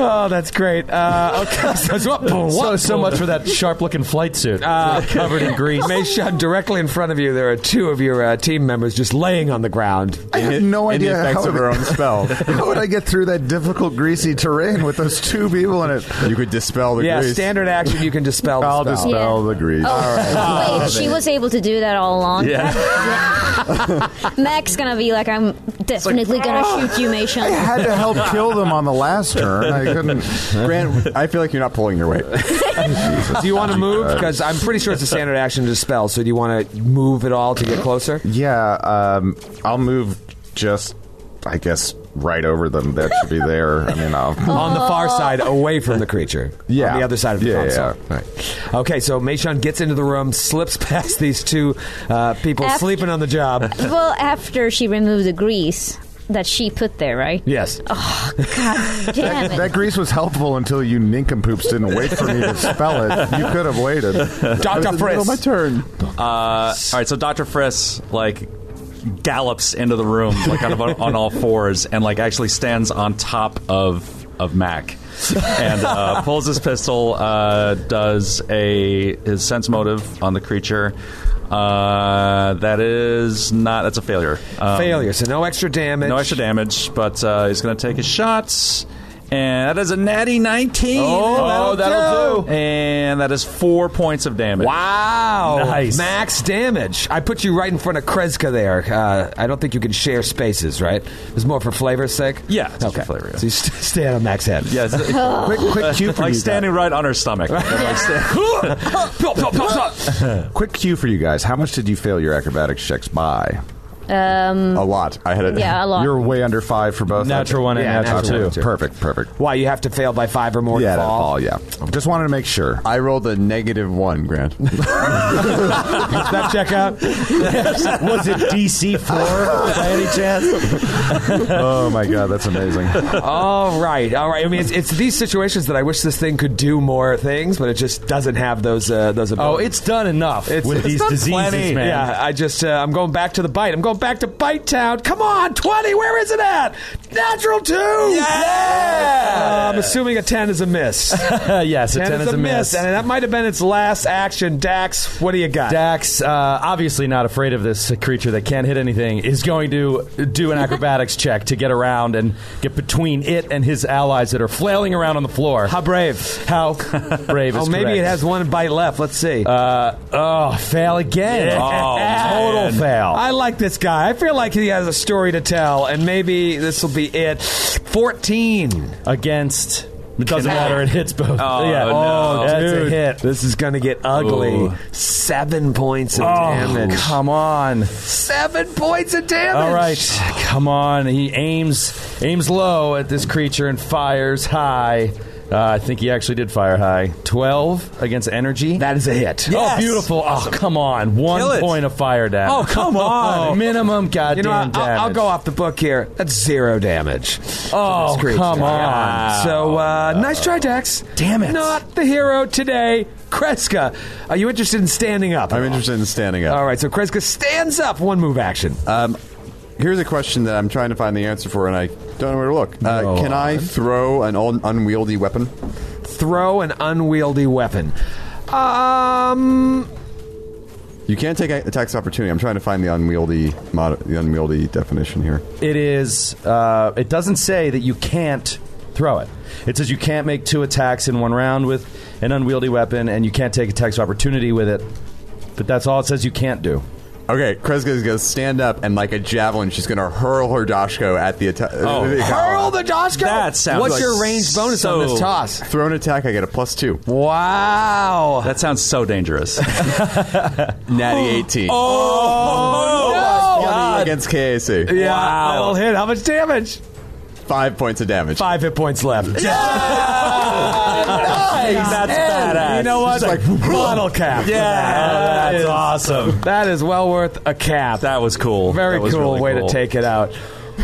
B: Oh, that's great. Uh, okay. So, so,
F: so so much for that sharp-looking flight suit covered in grease.
B: Meishan, directly in front of you, there are two of your uh, team members just laying on the ground.
H: I have no
G: In the
H: idea
G: effects
H: how,
G: of her own spell.
H: how would I get through that difficult, greasy terrain with those two people in it?
G: You could dispel the
B: Yeah,
G: grease.
B: standard action. You can dispel. the
H: I'll
B: spell.
H: dispel the grease.
E: Oh, Wait,
D: Oh,
E: she was able to do that all along. Mac's gonna be like, I'm definitely gonna shoot you,
H: "Oh." I
E: Mason.
H: had to help kill them on the last turn. I couldn't.
G: Grant, I feel like you're not pulling your weight.
B: Do you want to move? Because I'm pretty sure it's a standard action to dispel. So do you want to move at all to get closer?
H: Yeah, um, I'll move just, I guess, right over them. That should be there. I mean, I'll.
B: On the far side, away from the creature.
H: Yeah.
B: On the other side of the
H: Yeah,
B: console.
H: yeah.
B: Right. Okay, so Meishan gets into the room, slips past these two uh, people
E: After-
B: sleeping on the job.
E: well, after she removed the grease that she put there, right?
B: Yes.
E: God damn
H: That
E: it.
H: grease was helpful until you nincompoops didn't wait for me to spell it. You could have waited.
B: Dr. Friss.
G: my turn.
D: Uh, all right, so Dr. Friss, like, gallops into the room, like, on, on all fours, and, like, actually stands on top of, of Mac. and uh, pulls his pistol, uh, does a his sense motive on the creature. Uh, that is not. That's a failure. Um,
B: Failure, so no extra damage.
D: No extra damage, but uh, he's going to take his shots. And that is a natty 19.
B: Oh, that'll do.
D: And that is four points of damage.
B: Wow!
F: Nice.
B: Max damage. I put you right in front of Kreska there. Uh, I don't think you can share spaces, right? It's more for flavor's sake.
D: Yeah, it's just
B: okay.
D: for flavor, yeah.
B: So you st- stand on Max's head.
D: Yeah, it's-
H: Quick, quick cue for
D: like
H: you. Guys.
D: standing right on her stomach. Like sta-
H: Quick cue for you guys. How much did you fail your acrobatics checks by?
E: Um,
D: Oh,
G: A lot. I had a
E: Yeah, a lot.
H: You're way under five for both.
F: Natural one and
B: Yeah,
F: natural,
B: natural one,
F: two.
B: too.
H: Perfect, perfect.
B: Why you have to fail by five or more
H: Yeah,
B: to
H: that
B: fall?
H: ball. Yeah. Just wanted to make sure.
G: I rolled a negative one, Grant.
B: Does that check out?
F: Was it DC four by any chance?
H: oh my god, that's amazing.
B: all right, all right. I mean, it's, it's these situations that I wish this thing could do more things, but it just doesn't have those uh, those
F: Oh,
B: abilities.
F: it's done enough
B: It's-
F: with
B: it's
F: these
B: done
F: diseases,
D: plenty.
F: man.
B: yeah. I just uh, I'm going back to the bite. I'm going back to Bite Town. Come on, 20. Where is it at? Natural 2. Yeah. I'm assuming a 10 is a miss.
F: Uh, yes, a 10, is, a miss.
B: And that might have been its last action. Dax, what do you got?
F: Dax, uh, obviously not afraid of this creature that can't hit anything, is going to do an acrobatics check to get around and get between it and his allies that are flailing around on the floor.
B: How brave.
F: How brave is
B: Oh, maybe
F: correct.
B: it has one bite left. Let's see.
F: Uh, oh, fail again. Oh, total fail.
B: I like this guy. I feel like he has a story to tell, and maybe this will be it. 14.
F: Against. It doesn't matter. It hits both. Oh, yeah.
B: Oh,
F: That's
B: dude.
F: a hit.
B: This is going to get ugly.
D: Ooh.
B: Seven points of
F: Oh,
B: damage.
F: come on.
B: Seven points of damage.
F: All right, come on. He aims aims low at this creature and fires high. Uh, I think he actually did fire high. Twelve against energy.
B: That is a hit.
F: Oh, beautiful! Oh, come on.
K: Kill
F: One
K: it.
F: point of fire
K: Oh,
F: damage.
K: come on.
F: Minimum
B: You
F: goddamn
B: know, I'll,
F: damage.
B: I'll I'll go off the book here. That's zero damage.
F: Oh,
B: Screech.
F: come on.
B: So, uh, nice try, Dax.
F: Damn it.
B: Not the hero today. Kreska, are you interested in standing up?
G: I'm interested in standing up.
B: All right, so Kreska stands up, one move action.
G: Um, Here's a question that I'm trying to find the answer for, and I don't know where to look. Uh, Can I throw an un- unwieldy weapon?
B: Throw an unwieldy weapon. Um,
G: You can't take a- attacks of opportunity. I'm trying to find the unwieldy mod- the unwieldy definition here.
F: It is. Uh, it doesn't say that you can't throw it. It says you can't make two attacks in one round with an unwieldy weapon, and you can't take attacks of opportunity with it. But that's all it says you can't do.
G: Okay, Kreska is going to stand up and, like a javelin, she's going to hurl her dashko at the attack. Oh,
B: hurl the Doshko?
K: That sounds
B: What's
K: like
B: your range bonus on this
K: so-
B: toss?
G: Throw an attack, I get a plus two.
B: Wow.
D: That sounds so dangerous.
G: Natty 18. Oh,
B: no.
G: Against KAC.
B: Yeah, that'll hit. How much damage?
G: Five points of damage.
B: Five hit points left.
K: That's badass.
B: You know what?
G: It's like-
B: Bottle cap.
K: Yeah,
B: That
K: that's
B: is-
K: awesome.
B: That is well worth a cap.
D: that was cool.
B: Very
D: That was
B: cool
D: really
B: way
D: cool.
B: to take it out.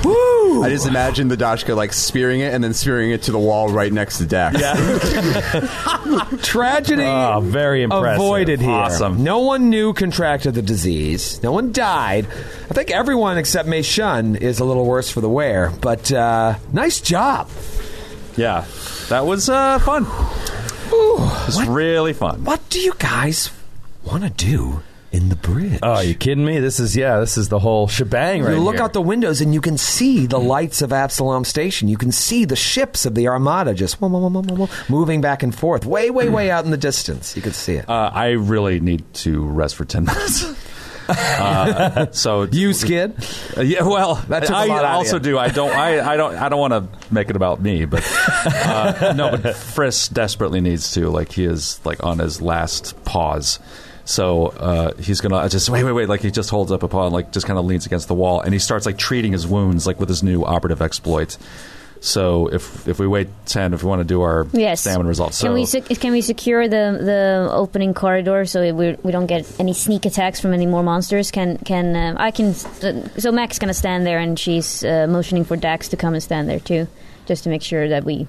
B: Woo!
G: I just imagine the Dashka like spearing it and then spearing it to the wall right next to Dax.
B: Tragedy
F: Ah, very impressive.
B: avoided here.
D: Oh, Awesome.
B: No one knew contracted the disease. No one died. I think everyone except Mei Shun is a little worse for the wear. But uh, nice job.
D: Yeah, that was uh, fun. It's really fun.
B: What do you guys want to do in the bridge?
F: Oh, you kidding me? This is yeah. This is the whole shebang right
B: you look
F: here.
B: out the windows and you can see the lights of Absalom Station. You can see the ships of the Armada just whoa, whoa, whoa, whoa, whoa, whoa, moving back and forth, way, way, way out in the distance. You can see it.
D: Uh, I really need to rest for ten minutes. Uh, so
B: you skid.
D: Uh, yeah, well,
B: That took a
D: I
B: lot out of
D: also
B: you.
D: do. I don't. I, I don't. I don't want to make it about me, but uh, no. But Frisk desperately needs to. Like he is like on his last pause, so uh, he's gonna just wait, wait, wait. Like he just holds up a paw and like just kind of leans against the wall, and he starts like treating his wounds like with his new operative exploit. So if if we wait ten, if we want to do our
E: Yes.
D: stamina results, so
E: Can we sec- can we secure the the opening corridor so we we don't get any sneak attacks from any more monsters? Can can um, I can st- so Mac's gonna stand there and she's uh, motioning for Dax to come and stand there too, just to make sure that we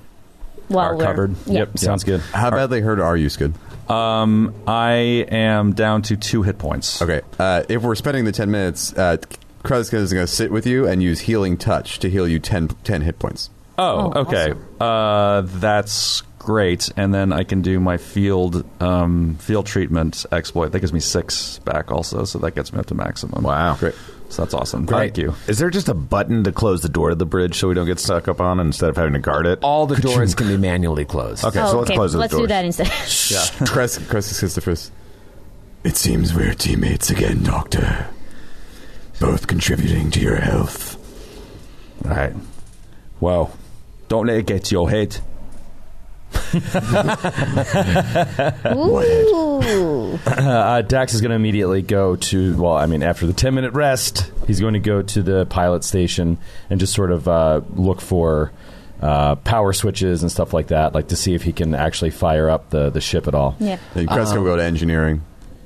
E: while
D: are
E: we're
D: covered.
E: Yeah.
D: Yep, sounds good.
G: How badly hurt are you, Skid?
D: Um, I am down to two hit points.
G: Okay. Uh, if we're spending the 10 minutes, uh, Kreska is going to sit with you and use Healing Touch to heal you 10, 10 hit points.
D: Oh,
E: Oh,
D: okay. Uh, that's great. And then I can do my field um, field treatment exploit. That gives me six back also, so that gets me up to maximum.
H: Wow.
G: Great.
D: So that's awesome. Thank
H: Uh,
D: you.
H: Is there just a button to close the door to the bridge so we don't get stuck up on it instead of having to guard it?
B: All the doors can be manually closed.
H: Okay,
E: Oh,
H: so let's
E: okay.
H: close those
E: Let's
H: doors.
E: do that instead.
G: Kreska, Kreska gets the first. It seems we're teammates again, Doctor. Both contributing to your health.
D: All right. Wow. Don't let it get to your head.
E: Ooh.
F: Uh, Dax is going to immediately go to, well, I mean, after the 10 minute rest, he's going to go to the pilot station and just sort of uh, look for uh, power switches and stuff like that, like to see if he can actually fire up the, the ship at all.
E: yeah.
B: Um,
G: And Kreska will go to engineering.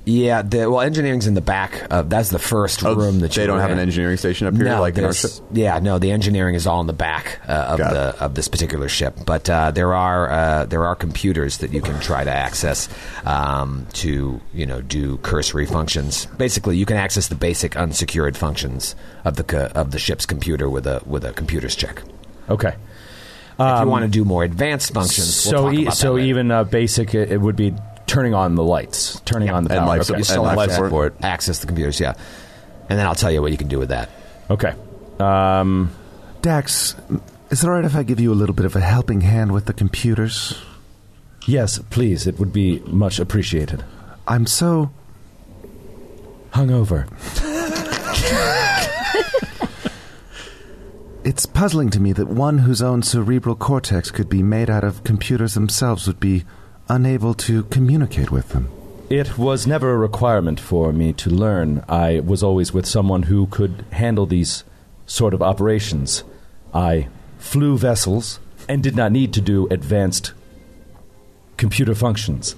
B: Yeah, the, well, engineering's in the back. Of, that's the first room that you
G: Oh, they don't
B: were
G: have an
B: in.
G: engineering station up here,
B: No,
G: like in our
B: there's-
G: ship?
B: yeah, no, the engineering is all in the back uh, of the of this particular ship. But uh, there are uh, there are computers that you can try to access um, to you know do cursory functions. Basically, you can access the basic unsecured functions of the co- of the ship's computer with a with a computer's check.
F: Okay. Um,
B: if you want to do more advanced functions,
F: so
B: we'll talk
F: e-
B: about
F: so
B: that later.
F: even uh, basic, it, it would be turning on the lights, turning on the power. Okay.
B: You still have to access the computers. Yeah, and then I'll tell you what you can do with that.
F: Okay. Um,
H: Dax, is it all right if I give you a little bit of a helping hand with the computers?
F: Yes, please. It would be much appreciated.
H: I'm so
F: hungover.
H: It's puzzling to me that one whose own cerebral cortex could be made out of computers themselves would be unable to communicate with them.
F: It was never a requirement for me to learn. I was always with someone who could handle these sort of operations. I flew vessels and did not need to do advanced computer functions.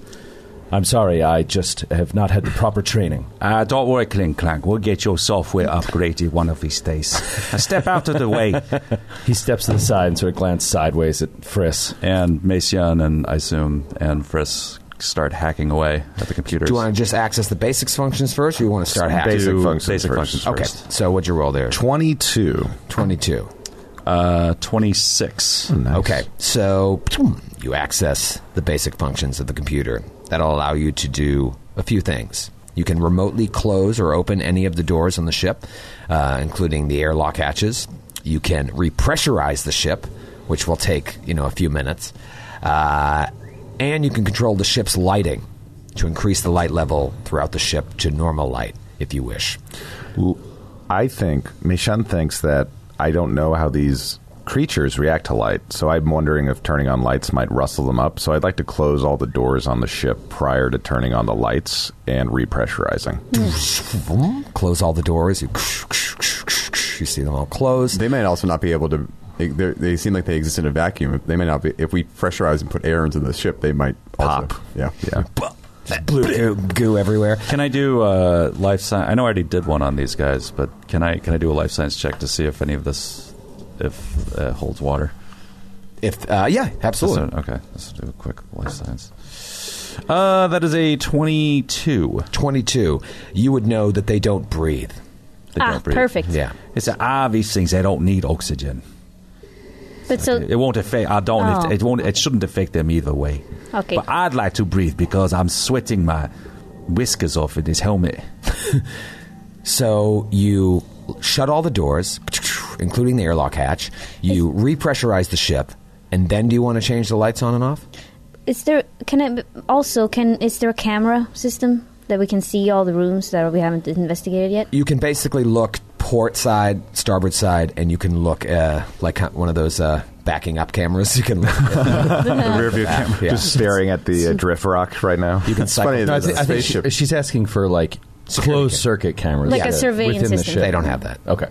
F: I'm sorry, I just have not had the proper training.
L: Uh, don't worry, Clink Clank. We'll get your software upgraded one of these days. Now step out of the way.
F: he steps to the side and sort of glances sideways at Friss.
D: And Macian and I assume and Friss start hacking away at the computers.
B: Do you want to just access the basics functions first, or you want to start hacking?
D: Basic Do functions basic first. functions
B: Okay.
D: first.
B: So what'd you roll there?
H: Twenty-two.
B: Twenty-two.
D: Uh, twenty-six.
B: Okay. So you access the basic functions of the computer. That'll allow you to do a few things. You can remotely close or open any of the doors on the ship, uh, including the airlock hatches. You can repressurize the ship, which will take you know a few minutes, uh, and you can control the ship's lighting to increase the light level throughout the ship to normal light, if you wish.
H: L- I think Mishan thinks that I don't know how these creatures react to light, so I'm wondering if turning on lights might rustle them up. So I'd like to close all the doors on the ship prior to turning on the lights and repressurizing.
B: Close all the doors. You, you see them all closed.
G: They might also not be able to. They, they're- they seem like they exist in a vacuum. They may not be. If we pressurize and put air into the ship, they might also, pop. Yeah, yeah.
B: Blue goo, goo everywhere.
D: Can I do uh, life science? I know I already did one on these guys, but can I can I do a life science check to see if any of this if uh, holds water?
B: If uh, yeah, absolutely.
D: Just a- okay, let's do a quick life science. Uh, that is a twenty-two.
B: Twenty-two. You would know that they don't breathe.
D: They
E: Ah,
D: don't breathe.
E: perfect.
B: Yeah.
L: It's an obvious things. They don't need oxygen.
E: But so
L: It won't affect. I don't.
E: Oh.
L: It, it won't. It shouldn't affect them either way.
E: Okay.
L: But I'd like to breathe because I'm sweating my whiskers off in this helmet.
B: So you shut all the doors, including the airlock hatch. You repressurize the ship, and then do you want to change the lights on and off?
E: is there can I also can is there a camera system that we can see all the rooms that we haven't investigated yet?
B: You can basically look port side, starboard side, and you can look uh, like one of those uh, backing up cameras. You can look
H: the rear view camera.
B: Yeah.
H: Just staring at the uh, drift rock right now.
B: You can It's cycle- funny,
F: No, I
B: there's
F: thi-
B: a
F: I think
B: spaceship.
F: she- she's asking for like closed circuit cameras,
B: Like a
F: that-
B: surveillance
F: within the
B: system.
F: ship.
B: They don't have that.
F: Okay.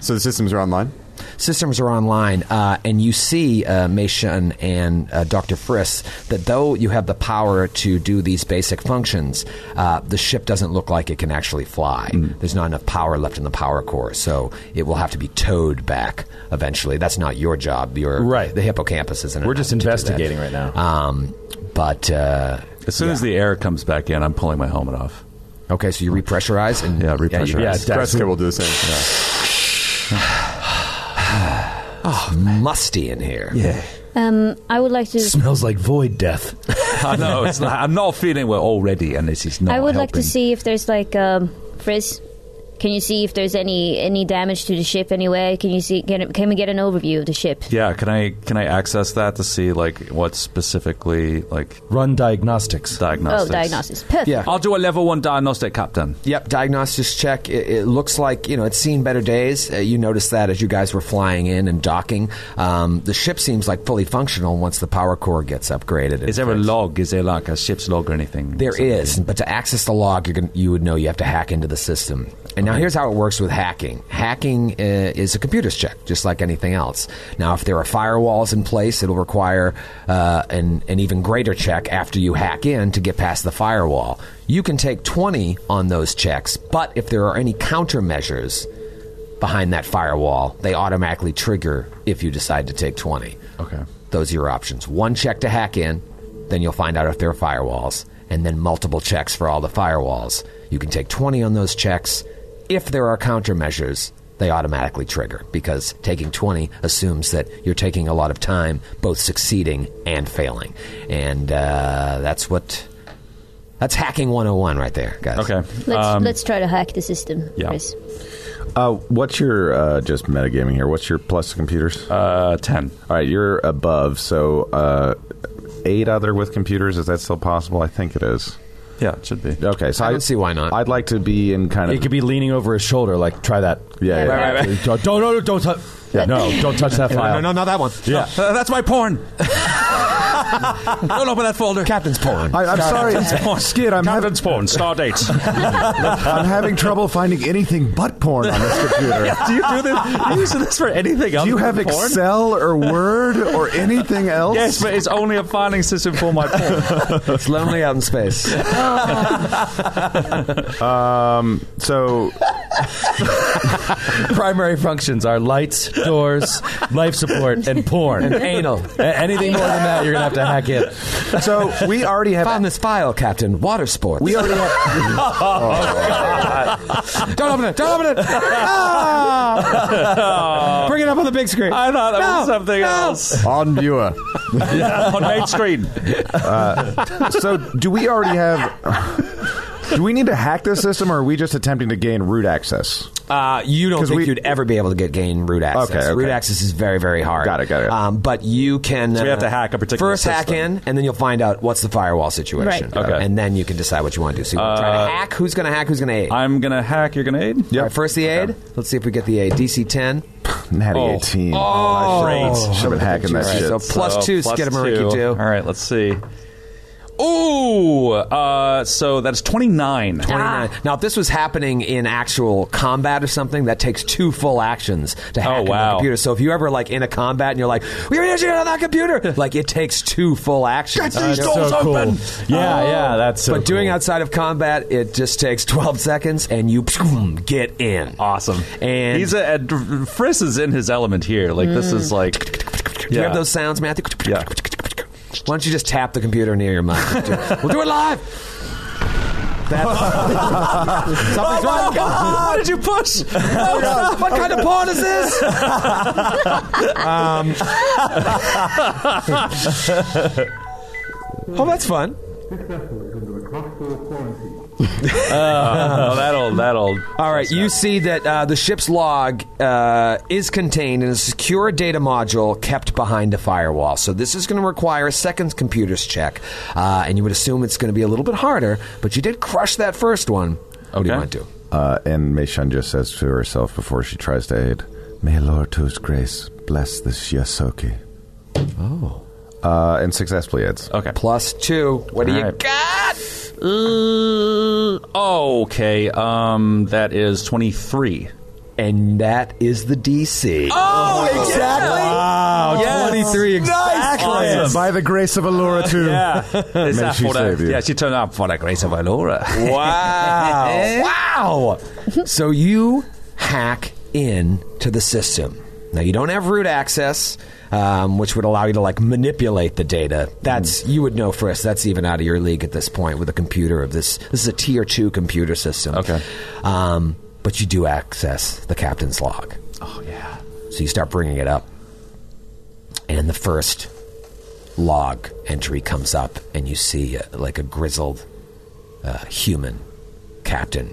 G: So the systems are online.
B: Systems are online, uh, and you see uh, Meishan and uh, Doctor Friss that though you have the power to do these basic functions, uh, the ship doesn't look like it can actually fly. There's not enough power left in the power core, so it will have to be towed back eventually. That's not your job. Your right. The hippocampus isn't.
F: We're just investigating right now.
B: Um, but uh,
D: As soon as the air comes back in, I'm pulling my helmet off.
B: Okay, so you repressurize and yeah,
D: repressurize.
G: Kreska will do the same.
B: Oh, musty in here.
D: Yeah.
E: Um, I would like to.
F: Smells like void death.
D: I know it's not, I'm not feeling well already, and this is not.
E: I would like to
D: helping.
E: see if there's like um, Frizz. Can you see if there's any any damage to the ship anyway? Can you see? Can, can we get an overview of the ship?
D: Yeah, can I can I access that to see like what specifically like
F: run diagnostics?
D: Diagnostics.
E: Oh, diagnostics. Perfect.
B: Yeah.
D: I'll do a level one diagnostic, Captain.
B: Yep, diagnostics check. It, it looks like you know it's seen better days. Uh, you noticed that as you guys were flying in and docking. Um, the ship seems like fully functional once the power core gets upgraded.
L: Is there a log? Is there like a ship's log or anything?
B: There is, but to access the log, you're gonna, you would know you have to hack into the system, and Now, here's how it works with hacking. Hacking uh, is a computer's check, just like anything else. Now, if there are firewalls in place, it'll require uh, an, an even greater check after you hack in to get past the firewall. You can take 20 on those checks, but if there are any countermeasures behind that firewall, they automatically trigger if you decide to take 20.
D: Okay.
B: Those are your options. One check to hack in, then you'll find out if there are firewalls, and then multiple checks for all the firewalls. You can take 20 on those checks. If there are countermeasures, they automatically trigger because taking 20 assumes that you're taking a lot of time both succeeding and failing. And uh, that's what. That's hacking 101 right there, guys. Okay.
E: Let's let's try to hack the system. Chris.
H: Uh, what's your uh, just metagaming here? What's your plus to computers?
D: Uh, ten.
H: All right, you're above. So uh, eight other with computers. Is that still possible? I think it is.
D: Yeah, it should be.
H: Okay, so I, don't
B: see why not.
H: I'd like to be in kind of.
F: It could be leaning over his shoulder, like try that.
H: Yeah, yeah.
F: Right, right, right. Don't, don't, no, no, don't touch. No, don't touch that
B: No,
F: file.
B: no, no, not that one.
F: Yeah.
L: Uh, that's my porn. Don't open that folder.
B: Captain's porn.
H: I, I'm
L: Captain's
H: sorry,
L: porn.
H: Skid. I'm having
L: Captain's porn. Star dates.
H: I'm having trouble finding anything but porn on this computer.
L: do you do this? Do you use this for anything else?
H: Do you have
L: than porn?
H: Excel or Word or anything else?
L: Yes, but it's only a filing system for my porn.
B: It's lonely out in space.
H: Um. So
F: Primary functions are lights, doors, life support, and porn.
B: And anal.
F: A- Anything more than that, you're gonna have to hack it.
H: so we already have.
B: Found this file, Captain. Water sports.
H: We already have.
B: Don't open it. Don't open it. Ah! Bring it up on the big screen.
L: I thought that was
B: No,
L: something
B: no.
L: else.
G: On viewer.
L: On main screen.
G: Uh,
H: So do we already have? Do we need to hack this system, or are we just attempting to gain root access?
B: Uh, you don't
H: 'Cause
B: think
H: we-
B: you'd ever be able to get gain root access.
H: Okay, okay.
B: Root access is very, very hard.
H: Got it, got it, got it.
B: Um, but you can.
L: we have
B: uh,
L: to hack a particular
B: first hack
L: system.
B: in, and then you'll find out what's the firewall situation.
E: Right.
D: Okay.
B: And then you can decide what you want to do. So you want to try to hack. Who's going to hack? Who's going to aid?
D: I'm gonna hack. You're gonna aid.
B: All right, first the aid. Let's see if we get the aid. DC ten.
H: Natty
D: Oh.
H: 18. Oh, I should, have been hacking that shit.
B: So plus two,
D: plus
B: Skidamariki
D: two.
B: two.
D: All right, let's see. Ooh, uh, so that's twenty nine.
B: 29. Now, if this was happening in actual combat or something, that takes two full actions to hack
D: Oh,
B: into
D: wow.
B: the computer. So if you ever like in a combat and you're like, "We have an issue on that computer," like it takes two full actions. Oh.
F: That's so cool. Yeah, yeah, that's so
B: but doing
F: cool.
B: outside of combat, it just takes 12 seconds, and you get in.
D: Awesome.
B: And Mm.
D: He's a, a Friss is in his element here. Like this is like
B: do you have those sounds, Matthew?
D: Yeah.
B: Why don't you just tap the computer near your mouth? we'll do it live. That's something's wrong.
L: How did you push?
B: what kind of porn is this? Um, oh, that's fun.
D: oh that'll that'll.
B: Uh, All right, you see that uh, the ship's log uh, is contained in a secure data module kept behind a firewall. So this is going to require a second computer's check, uh, and you would assume it's going to be a little bit harder. But you did crush that first one. What do you
D: Okay.
B: want to do?
H: Uh, and Meishun just says to herself before she tries to aid, May Lord to his grace bless this Yasoki. Oh. Uh, and successfully aids.
D: Okay.
B: Plus two. What do
D: All
B: you
D: right.
B: got?
D: Uh, okay. Um, that is twenty three.
B: And that is the DC.
L: Oh, exactly. Wow,
B: 23
L: exactly.
H: By the grace of Allura too.
L: Yeah, Is that
H: she
L: for the-
D: uh,
H: save you.
L: yeah, she turned up for the grace of Elora.
D: Eh?
B: Wow. wow. So you hack in to the system. Now you don't have root access, um, which would allow you to like manipulate the data. That's
D: Mm.
B: you would know first. That's even out of your league at this point with a computer of this. This is a tier two computer system.
D: Okay.
B: Um, but you do access the captain's log.
D: Oh yeah.
B: So you start bringing it up, and the first log entry comes up, and you see uh, like a grizzled uh, human captain,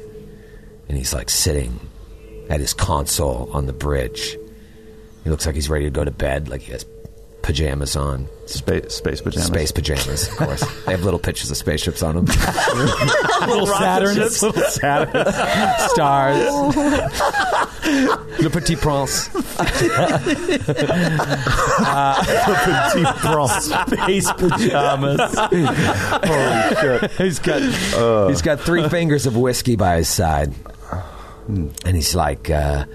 B: and he's like sitting at his console on the bridge. He looks like he's ready to go to bed, like he has pajamas on,
D: Space space pajamas.
B: space pajamas, of course. they have little pictures of spaceships on them.
F: little Saturn, little Saturn stars.
B: Le petit prince.
F: Space pajamas.
A: Uh.
B: He's got he's got three fingers of whiskey by his side.
A: Mm. And he's like uh,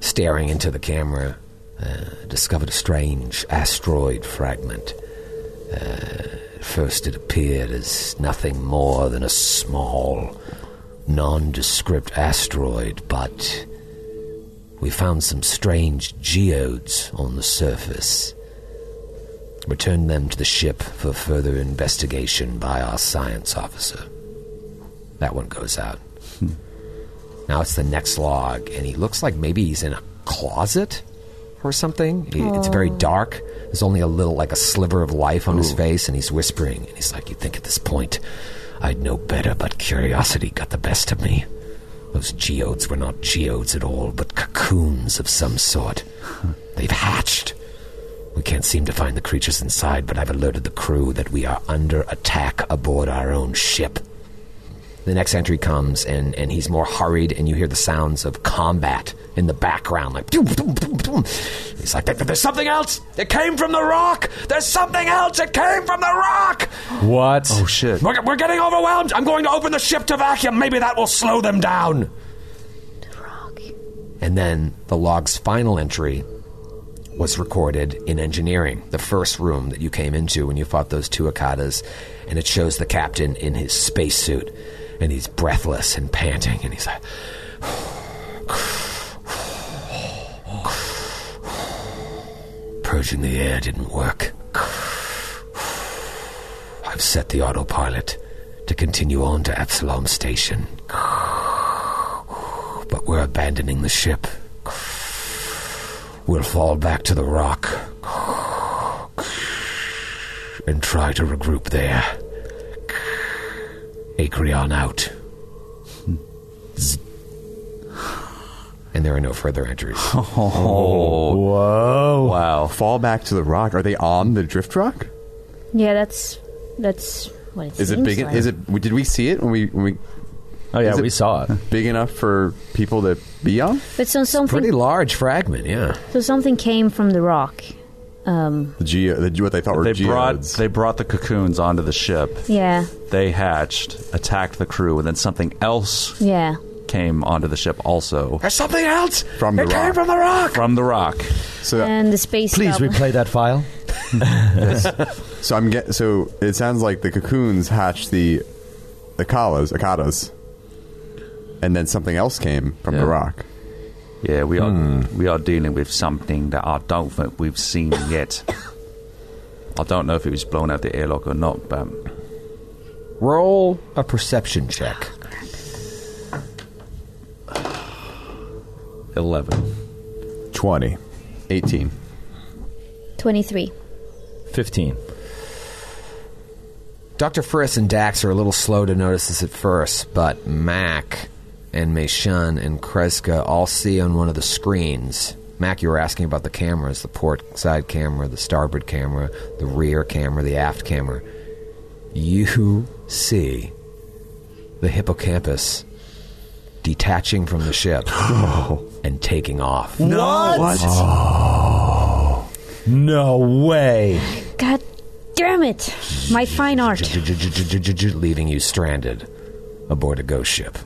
A: staring into the camera. Uh, discovered a strange asteroid fragment. Uh, at first, it appeared as nothing more than a small, nondescript asteroid, but we found some strange geodes on the surface. Returned them to the ship for further investigation by our science officer. That one goes out. Now it's the next log, and he looks like maybe he's in a closet or something. He- It's very
M: Oh.
A: dark. There's only a little, like a sliver of life on his
M: Ooh.
A: face, and he's whispering. And he's like, You'd think at this point I'd know better, but curiosity got the best of me. Those geodes were not geodes at all, but cocoons of some sort. They've hatched. We can't seem to find the creatures inside, but I've alerted the crew that we are under attack aboard our own ship. The next entry comes, and, and he's more hurried, and you hear the sounds of combat in the background. Like, doom, doom, doom, doom. he's like, "There- There's something else! It came from the rock! There's something else! It came from the rock!
F: What?
A: Oh, shit. We're, we're getting overwhelmed! I'm going to open the ship to vacuum! Maybe that will slow them down! The rock. And then the log's final entry was recorded in engineering, the first room that you came into when you fought those two Akatas, and it shows the captain in his spacesuit, and he's breathless and panting, and he's like, purging the air didn't work. I've set the autopilot to continue on to Absalom Station. But we're abandoning the ship. We'll fall back to the rock and try to regroup there. Acreon out. Zzz. And there are no further entries.
G: Oh,
F: whoa!
G: Wow! Fall back to the rock. Are they on the drift rock?
E: Yeah, that's that's what it
G: Is it
E: seems
G: big?
E: Like.
G: Is it? Did we see it when we? When we
F: oh yeah,
G: we
F: saw it.
G: Big enough for people to be on.
E: But so something.
A: large fragment, yeah.
E: so something came from the rock. Um,
G: The geo, the, what they thought
D: were they brought they brought the cocoons onto the ship.
E: yeah,
D: They hatched, attacked the crew, and then something else
E: yeah.
D: came onto the ship also.
A: There's something else
D: From the
E: It came
D: rock.
E: from the rock!
D: From the rock.
G: So
E: And the space. goblin-
F: that file.
G: so I'm get. So it sounds like the cocoons hatched the Akalas, Akatas, and then something else came from the rock.
D: Yeah, we are
F: Hmm.
D: we are dealing with something that I don't think we've seen yet. I don't know if it was blown out the airlock or not, but
A: Roll a perception check.
D: eleven.
G: 20. 18.
E: Twenty-three.
F: 15.
A: Dr. Friss and Dax are a little slow to notice this at first, but Mac and Meishun and Kreska all see on one of the screens. Mac, you were asking about the cameras the port side camera, the starboard camera, the rear camera, the aft camera. You see the hippocampus detaching from the ship and taking off.
F: No. What?
E: Oh.
F: No way.
E: God damn it! My fine art.
A: leaving you stranded aboard a ghost ship.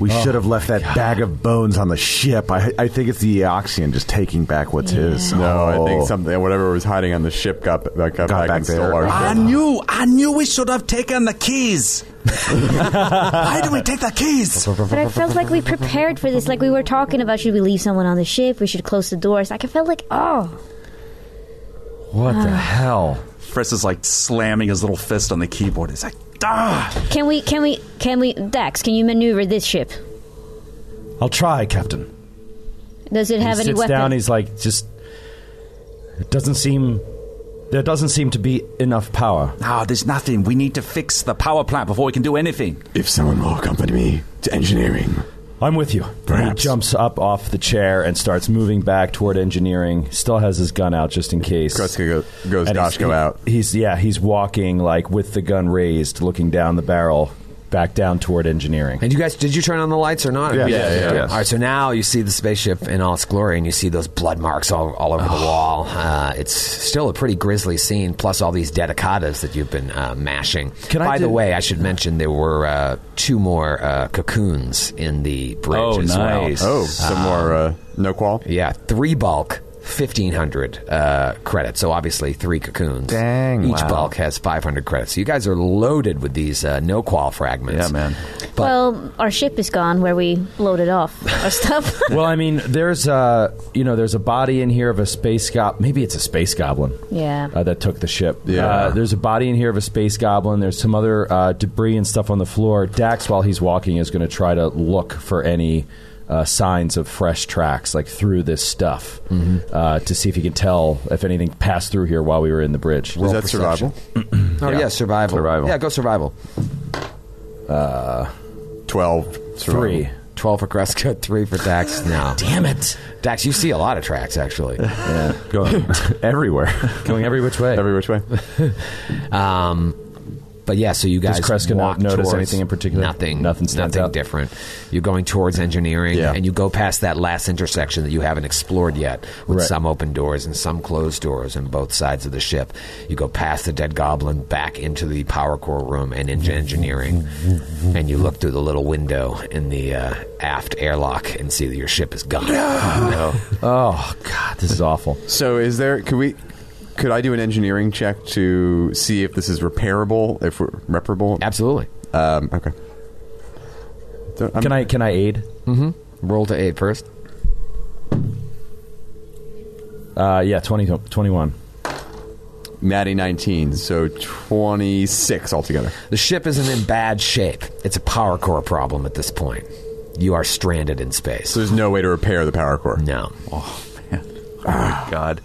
H: We
D: Oh
H: should have left that bag of bones on the ship. I, I think it's the Eoxian just taking back what's his.
G: No, I think
H: Oh.
G: something, whatever was hiding on the ship got, got, got back,
H: back
G: and
H: there.
G: stole our ship.
B: I knew, I knew we should have taken the keys. Why did we take the keys?
E: But I felt like we prepared for this. Like we were talking about, should we leave someone on the ship? We should close the doors. Like I felt like, oh,
F: What
E: uh,
F: the hell?
N: Friss is like slamming his little fist on the keyboard. He's like,
E: can we, can we, can we, Dax? Can you maneuver this ship?
F: I'll try, Captain.
E: Does it have
F: he
E: any
F: sits
E: weapon?
F: down. He's like, just. It doesn't seem. There doesn't seem to be enough power.
N: "Ah, there's nothing. We need to fix the power plant before we can do anything."
G: If someone will accompany me to engineering,
F: I'm with you. He jumps up off the chair and starts moving back toward engineering. Still has his gun out just in case.
G: Kreska go, goes
F: And he's-
G: Doshko out.
F: He's yeah. He's walking like with the gun raised, looking down the barrel, back down toward engineering.
B: And you guys, did you turn on the lights or not?
F: Yeah. Yeah, yeah, yeah.
B: All right, so now you see the spaceship in all its glory, and you see those blood marks all, all over
A: Oh.
B: the wall. Uh, it's still a pretty grisly scene, plus all these dedicatas that you've been uh, mashing.
F: Can I
B: By the
F: do-
B: way, I should mention there were uh, two more uh, cocoons in the bridge
G: Oh,
B: as well. Um,
G: nice. Oh, some more, uh, no qual?
B: Yeah, three bulk. 1500 uh, credits so obviously three cocoons
H: Dang,
B: each
H: wow.
B: bulk has 500 credits so you guys are loaded with these uh, no qual fragments yeah man but
E: well, our ship is gone where we loaded off our stuff.
F: well, I mean, there's a you know there's a body in here of a space goblin. Maybe it's a space goblin.
E: Yeah.
F: uh, that took the ship. Yeah. Uh, there's a body in here of a space goblin. There's some other uh, debris and stuff on the floor. Dax, while he's walking, is going to try to look for any uh, signs of fresh tracks, like through this stuff,
G: Mm-hmm.
F: uh, to see if he can tell if anything passed through here while we were in the bridge.
G: Is that survival?
B: oh yeah. survival
F: Survival.
B: yeah go survival
F: Uh,
G: 12
B: Three. 12 for Kreska, 3 for Dax now.
F: Damn it.
B: Dax, you see a lot of tracks, actually.
F: Yeah, going
B: everywhere.
F: Going every which way. Every
G: which way.
B: um, but yeah, so you
F: Does
B: guys
F: Kreska
B: walk
F: notice
B: towards
F: anything in particular?
B: Nothing.
F: Nothing stands
B: Nothing
F: out?
B: different. You're going towards engineering, and you go past that last intersection that you haven't explored yet, with
F: Right.
B: some open doors and some closed doors on both sides of the ship. You go past the dead goblin, back into the power core room, and into engineering, and you look through the little window in the uh, aft airlock and see that your ship is gone.
F: Oh God, this is awful.
G: So, is there? Could we? Could I do an engineering check to see if this is repairable? If we're reparable?
B: Absolutely.
G: Um, okay.
F: Can I? Can I aid?
B: Mm-hmm. Roll to aid first.
F: Uh, yeah, 20, 21.
G: Maddie 19, so 26 altogether.
B: The ship isn't in bad shape. It's a power core problem at this point. You are stranded in space.
G: So there's no way to repair the power core.
B: No.
G: Oh man. Oh my god.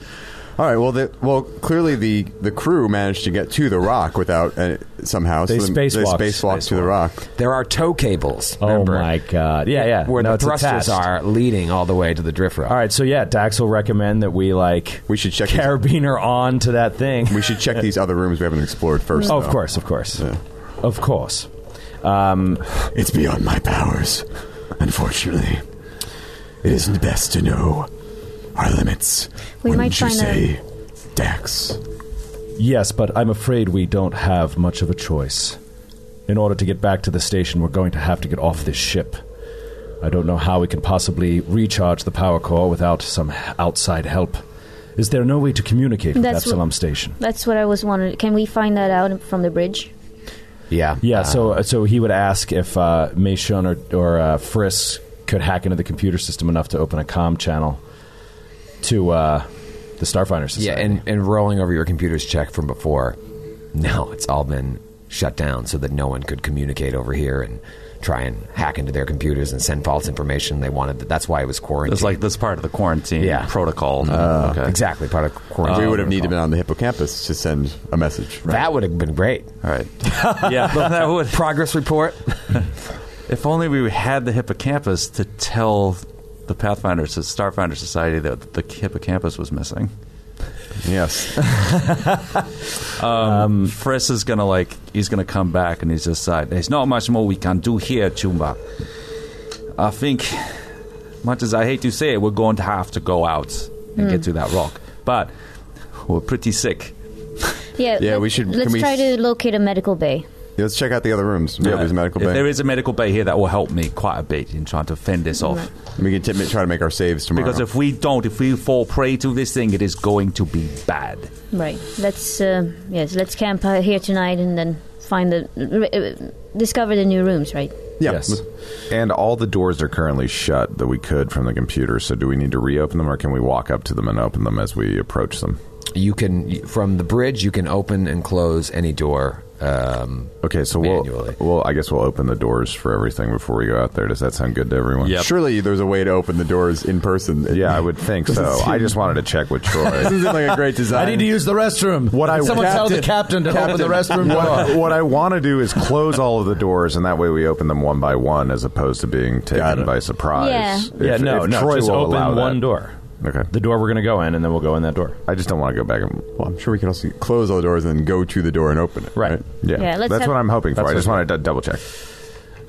G: All right. Well, the, well, clearly the the crew managed to get to the rock without uh, somehow.
F: They
G: then
F: spacewalked.
G: They spacewalked to the rock.
B: There are tow cables.
F: Oh my god! Yeah, yeah.
B: Where
F: No,
B: the
F: it's
B: thrusters
F: attached.
B: are leading all the way to the drift rock.
F: All right, so yeah, Dax will recommend that we like
G: we should check
F: carabiner on to that thing.
G: We should check these other rooms we haven't explored first.
F: Oh, of
G: though.
F: course, of course, of course. Um,
O: It's beyond my powers, unfortunately. It isn't best to know our limits.
E: We
O: Wouldn't
E: might
O: you
E: find
O: say,
E: a.
O: Dax?
F: Yes, but I'm afraid we don't have much of a choice. In order to get back to the station, we're going to have to get off this ship. I don't know how we can possibly recharge the power core without some h- outside help. Is there no way to communicate with
E: That's what-
F: Absalom Station?
E: That's what I was wondering. Can we find that out from the bridge?
B: Yeah.
F: Yeah, so so he would ask if uh, Meishon or, or uh, Frisk could hack into the computer system enough to open a comm channel to uh, the Starfinder system.
B: Yeah, and, and rolling over your computer's check from before. No, it's all been shut down so that no one could communicate over here and try and hack into their computers and send false information they wanted. That's why it was quarantined.
D: It's like that's part of the quarantine
B: Yeah. Mm-hmm.
D: protocol. Uh, okay.
B: Exactly, part of quarantine.
G: we
F: Um,
G: would have
B: protocol.
G: needed been on the hippocampus to send a message.
B: That would have been great.
D: All right. yeah, that would
B: progress report.
D: if only we had the hippocampus to tell the Pathfinder, so- Starfinder Society that the hippocampus was missing.
G: Yes.
D: um, Friss is gonna like he's gonna come back and he's just like, "There's not much more we can do here, Chumba. I think, much as I hate to say it, we're going to have to go out and
E: Hmm.
D: get to that rock, but we're pretty sick."
E: Yeah.
D: Yeah,
E: let-
D: we should-
E: Let's
D: can we
E: try
D: s-
E: to locate a medical bay.
G: Let's check out the other rooms. Yeah, there's a medical
D: If
G: bay.
D: There is a medical bay here that will help me quite a bit in trying to fend this off.
E: Right.
G: We can t- try to make our saves tomorrow.
D: Because if we don't, if we fall prey to this thing, it is going to be bad.
E: Right. Let's uh, yes. Let's camp out here tonight and then find the r- uh, discover the new rooms. Right.
H: Yes. And all the doors are currently shut that we could from the computer. So do we need to reopen them, or can we walk up to them and open them as we approach them?
B: You can from the bridge. You can open and close any door. Um,
H: okay, so
B: manually.
H: we'll well, I guess we'll open the doors for everything before we go out there. Does that sound good to everyone?
G: Yep. Surely there's a way to open the doors in person.
H: Yeah, I would think so.
G: Doesn't
H: I
G: seem-
H: just wanted to check with Troy.
G: Doesn't seem like a great design.
F: I need to use the restroom. What
H: I-
F: someone tell the captain to open the restroom door.
H: What, what I want to do is close all of the doors, and that way we open them one by one, as opposed to being taken by surprise.
E: Yeah.
F: Yeah,
H: If-
F: no,
H: if
F: no.
H: Troy
F: just
H: will
F: open
H: allow that.
F: one door.
H: Okay.
F: The door we're going to go in, and then we'll go in that door.
H: I just don't want to go back and.
G: Well, I'm sure we can also close all the doors and then go to the door and open it. Right.
H: Yeah.
E: Yeah, let's
H: That's
E: have-
H: what I'm hoping for.
E: That's
H: I just
E: what-
H: want to d- double check.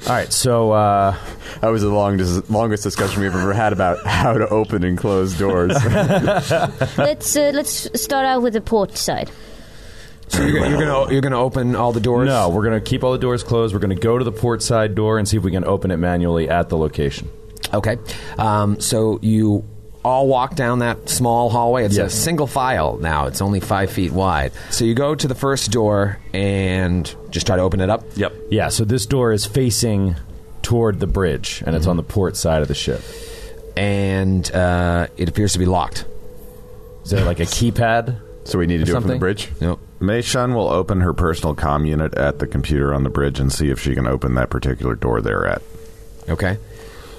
F: All right, so uh,
G: that was the longest longest discussion we've ever had about how to open and close doors.
E: let's uh, let's start out with the port side.
B: So you're, you're gonna you're gonna open all the doors.
F: No, we're gonna keep all the doors closed. We're gonna go to the port side door and see if we can open it manually at the location.
B: Okay. Um, so you all walk down that small hallway. It's
F: Yes.
B: a single file now. It's only five feet wide. So you go to the first door and just try to open it up.
F: Yep. Yeah. So this door is facing toward the bridge, and it's on the port side of the ship.
B: And uh, it appears to be locked.
F: Is there like a keypad?
G: So we need
F: to Or do it from the something? bridge?
B: Nope.
H: Meishan will open her personal comm unit at the computer on the bridge and see if she can open that particular door they're at.
B: Okay.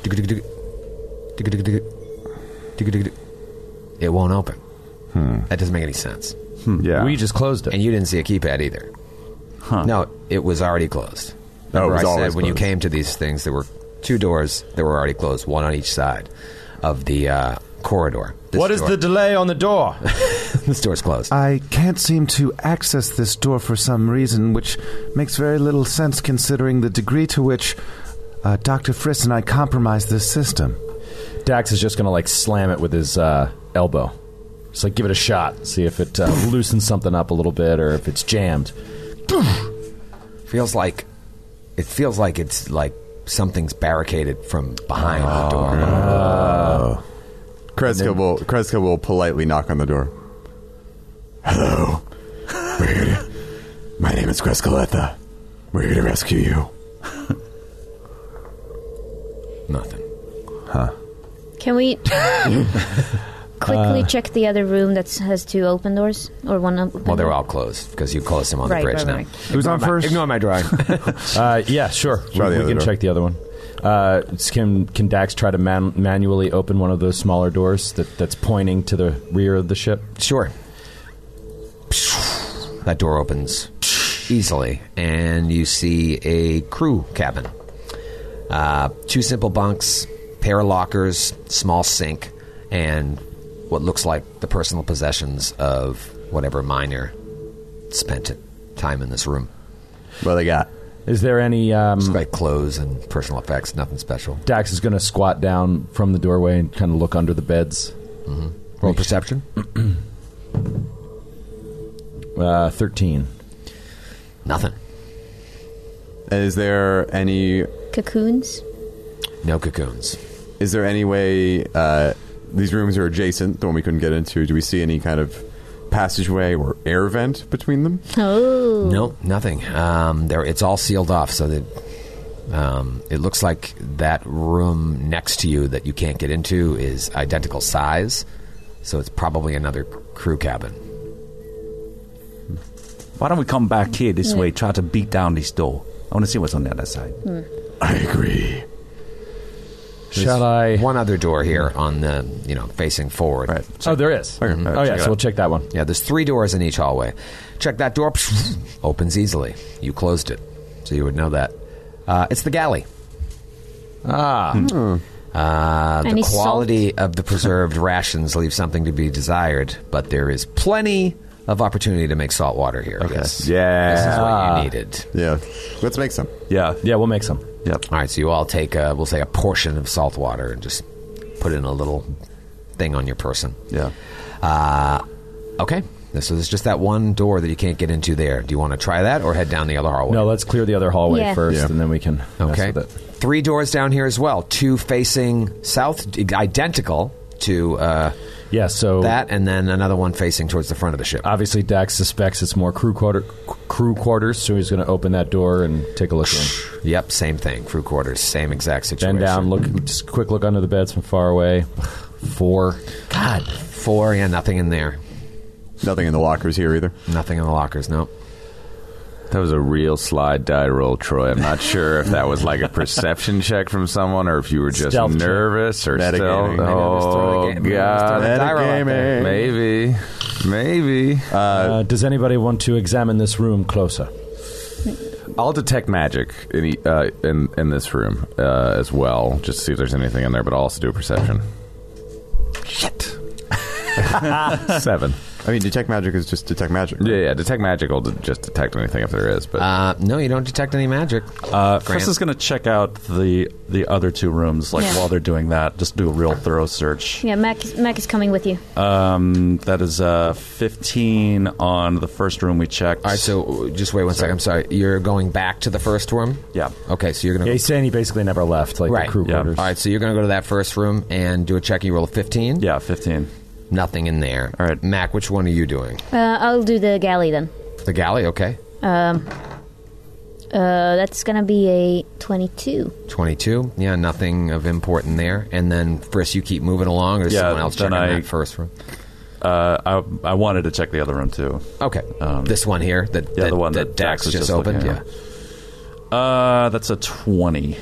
B: It won't open.
G: Hmm.
B: That doesn't make any sense.
H: Yeah.
F: We just closed it,
B: and you didn't see a keypad either. No, it was already closed.
G: Oh, it
B: Remember
G: was
B: I said
G: always
B: when you
G: closed.
B: came to these things, there were two doors that were already closed, one on each side of the uh, corridor.
F: What is the delay on the door?
B: this door's closed.
H: I can't seem to access this door for some reason, which makes very little sense considering the degree to which uh, Dr. Friss and I compromised this system.
F: Dax is just gonna like slam it with his uh, elbow. Just like give it a shot, see if it uh, loosens something up a little bit or if it's jammed.
B: feels like it feels like it's like something's barricaded from behind the door.
G: Oh. Kreska will Kreska will politely knock on the door.
O: Hello. We're here to, my name is Crescaletha. We're here to rescue you.
B: Nothing.
H: Huh.
E: Can we
F: Uh.
D: Uh.
E: quickly check the other room that has two open doors or one open?
B: Well, they're all closed because you closed them on
E: Right,
B: the bridge
E: right,
B: now.
E: right.
B: Who's on
F: first?
B: Ignore my drawing.
F: Uh, yeah, sure. We,
B: Try the
F: we
B: other
F: can
B: door.
F: check the other one. Uh, it's- can can Dax try to man- manually open one of those smaller doors that, that's pointing to the rear of the ship?
B: Sure. That door opens easily, and you see a crew cabin. Uh, two simple bunks, pair of lockers, small sink, and what looks like the personal possessions of whatever miner spent time in this room.
G: What they got?
F: Is there any um,
B: like clothes and personal effects? Nothing special.
F: Dax is going to squat down from the doorway and kind of look under the beds. Mm-hmm.
B: Roll perception.
F: uh, Thirteen.
B: Nothing.
G: Is there any
E: cocoons.
B: No cocoons.
G: Is there any way uh, these rooms are adjacent, the one we couldn't get into? Do we see any kind of passageway or air vent between them?
E: Oh.
B: No, nothing. Um, there, it's all sealed off, so that um, it looks like that room next to you that you can't get into is identical size. So it's probably another crew cabin.
L: Why don't we come back here this
E: Hmm.
L: way, try to beat down this door? I want to see what's on the other side.
E: Hmm.
L: I agree.
F: Shall I?
B: One other door here on the you know facing forward. Right.
F: Oh, there is.
B: Mhm.
F: Oh, yeah. So we'll check that one.
B: Yeah, there's three doors in each hallway. Check that door. Opens easily. You closed it, so you would know that. Uh, it's the galley.
F: Ah.
B: Uh, the
E: Any
B: quality of the preserved rations leaves something to be desired, but there is plenty of opportunity to make salt water here. Yes.
H: Yeah.
B: This is what
F: Ah.
B: you needed.
G: Yeah. Let's make some.
F: Yeah. Yeah. We'll make some.
B: Yep. All right, so you all take, a, we'll say, a portion of salt water and just put it in a little thing on your person.
L: Yeah.
B: Uh, okay. So there's just that one door that you can't get into there. Do you want to try that or head down the other hallway?
F: No, let's clear the other hallway
B: Yeah.
F: first,
B: Yeah.
F: and then we can.
B: Okay.
F: Mess with it.
B: Three doors down here as well. Two facing south, identical to uh,
F: yeah. So
B: that, and then another one facing towards the front of the ship.
F: Obviously, Dax suspects it's more crew quarter, crew quarters, so he's going to open that door and take a look in.
B: Yep, same thing. Crew quarters, same exact situation.
F: Bend down, look, just quick look under the beds from far away. Four.
B: God, four. Yeah, nothing in there.
G: Nothing in the lockers here either.
B: Nothing in the lockers. Nope.
H: That was a real slide die roll, Troy. I'm not sure if that was like a perception check from someone or if you were just
F: Stealth check.
H: nervous or
G: Metagaming.
H: stealth.
G: Maybe I just threw
H: Oh,
G: the game- maybe I just threw
H: God.
G: the die roll out there.
H: Maybe. Maybe.
F: Uh, does anybody want to examine this room closer?
H: I'll detect magic in e- uh, in in this room uh, as well, just to see if there's anything in there. But I'll also do a perception. Shit. Seven.
G: I mean, detect magic is just detect magic.
H: Yeah, yeah. Detect magic will d- just detect anything if there is. But
B: uh, no, you don't detect any magic.
D: Uh,
B: Grant.
D: Chris is going to check out the the other two rooms, like
E: Yeah.
D: while they're doing that. Just do a real thorough search.
E: Yeah, Mac, is- Mac is coming with you.
D: Um, that is uh, fifteen on the first room we checked. All right,
B: so just wait one second. I'm sorry. You're going back to the first room.
D: Yeah.
B: Okay, so you're gonna.
F: Yeah, he's saying he basically never left, like
B: right.
F: the crew quarters.
B: All right, so you're going to go to that first room and do a checking roll of 15?
D: Yeah, 15.
B: Nothing in there. All right. Mac, which one are you doing?
E: Uh, I'll do the galley then.
B: The galley, okay.
E: Um, uh, that's gonna be a twenty-two.
B: 22. Yeah, nothing of import in there. And then, Frisk, you keep moving along, or is
D: Yeah,
B: someone else
D: then
B: checking
D: I-
B: that first room?
D: Uh, I I wanted to check the other room too. Um,
B: Okay, this one here, that
D: yeah,
B: that-
D: the one that,
B: that Dax
D: was
B: just
D: looking
B: opened,
D: at. Uh, that's a twenty.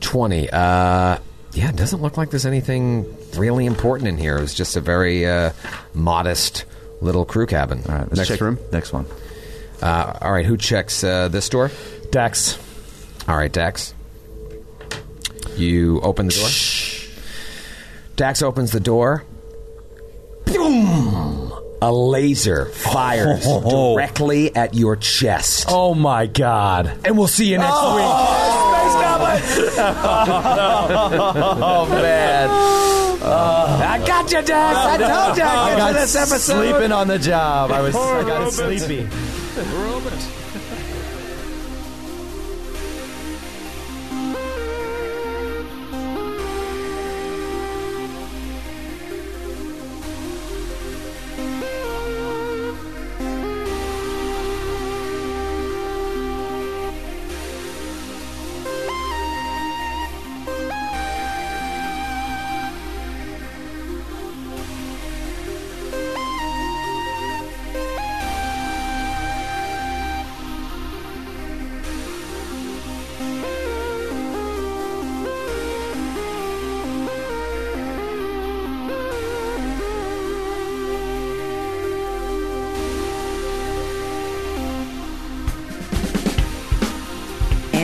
B: 20. Uh, yeah, it doesn't look like there's anything really important in here. It was just a very uh, modest little crew cabin. All right,
D: let's check Next one.
B: Uh, all right, who checks uh, this door?
F: Dax.
B: All right, Dax. You open the door. Dax opens the door. Boom! A laser fires directly at your chest.
F: Oh my god.
B: And we'll see you next
F: week.
K: oh,
F: man.
B: Uh, I got you, Dax. I told you I'd get
F: I
B: you
F: got
B: this episode.
F: Sleeping on the job. I was I got sleepy.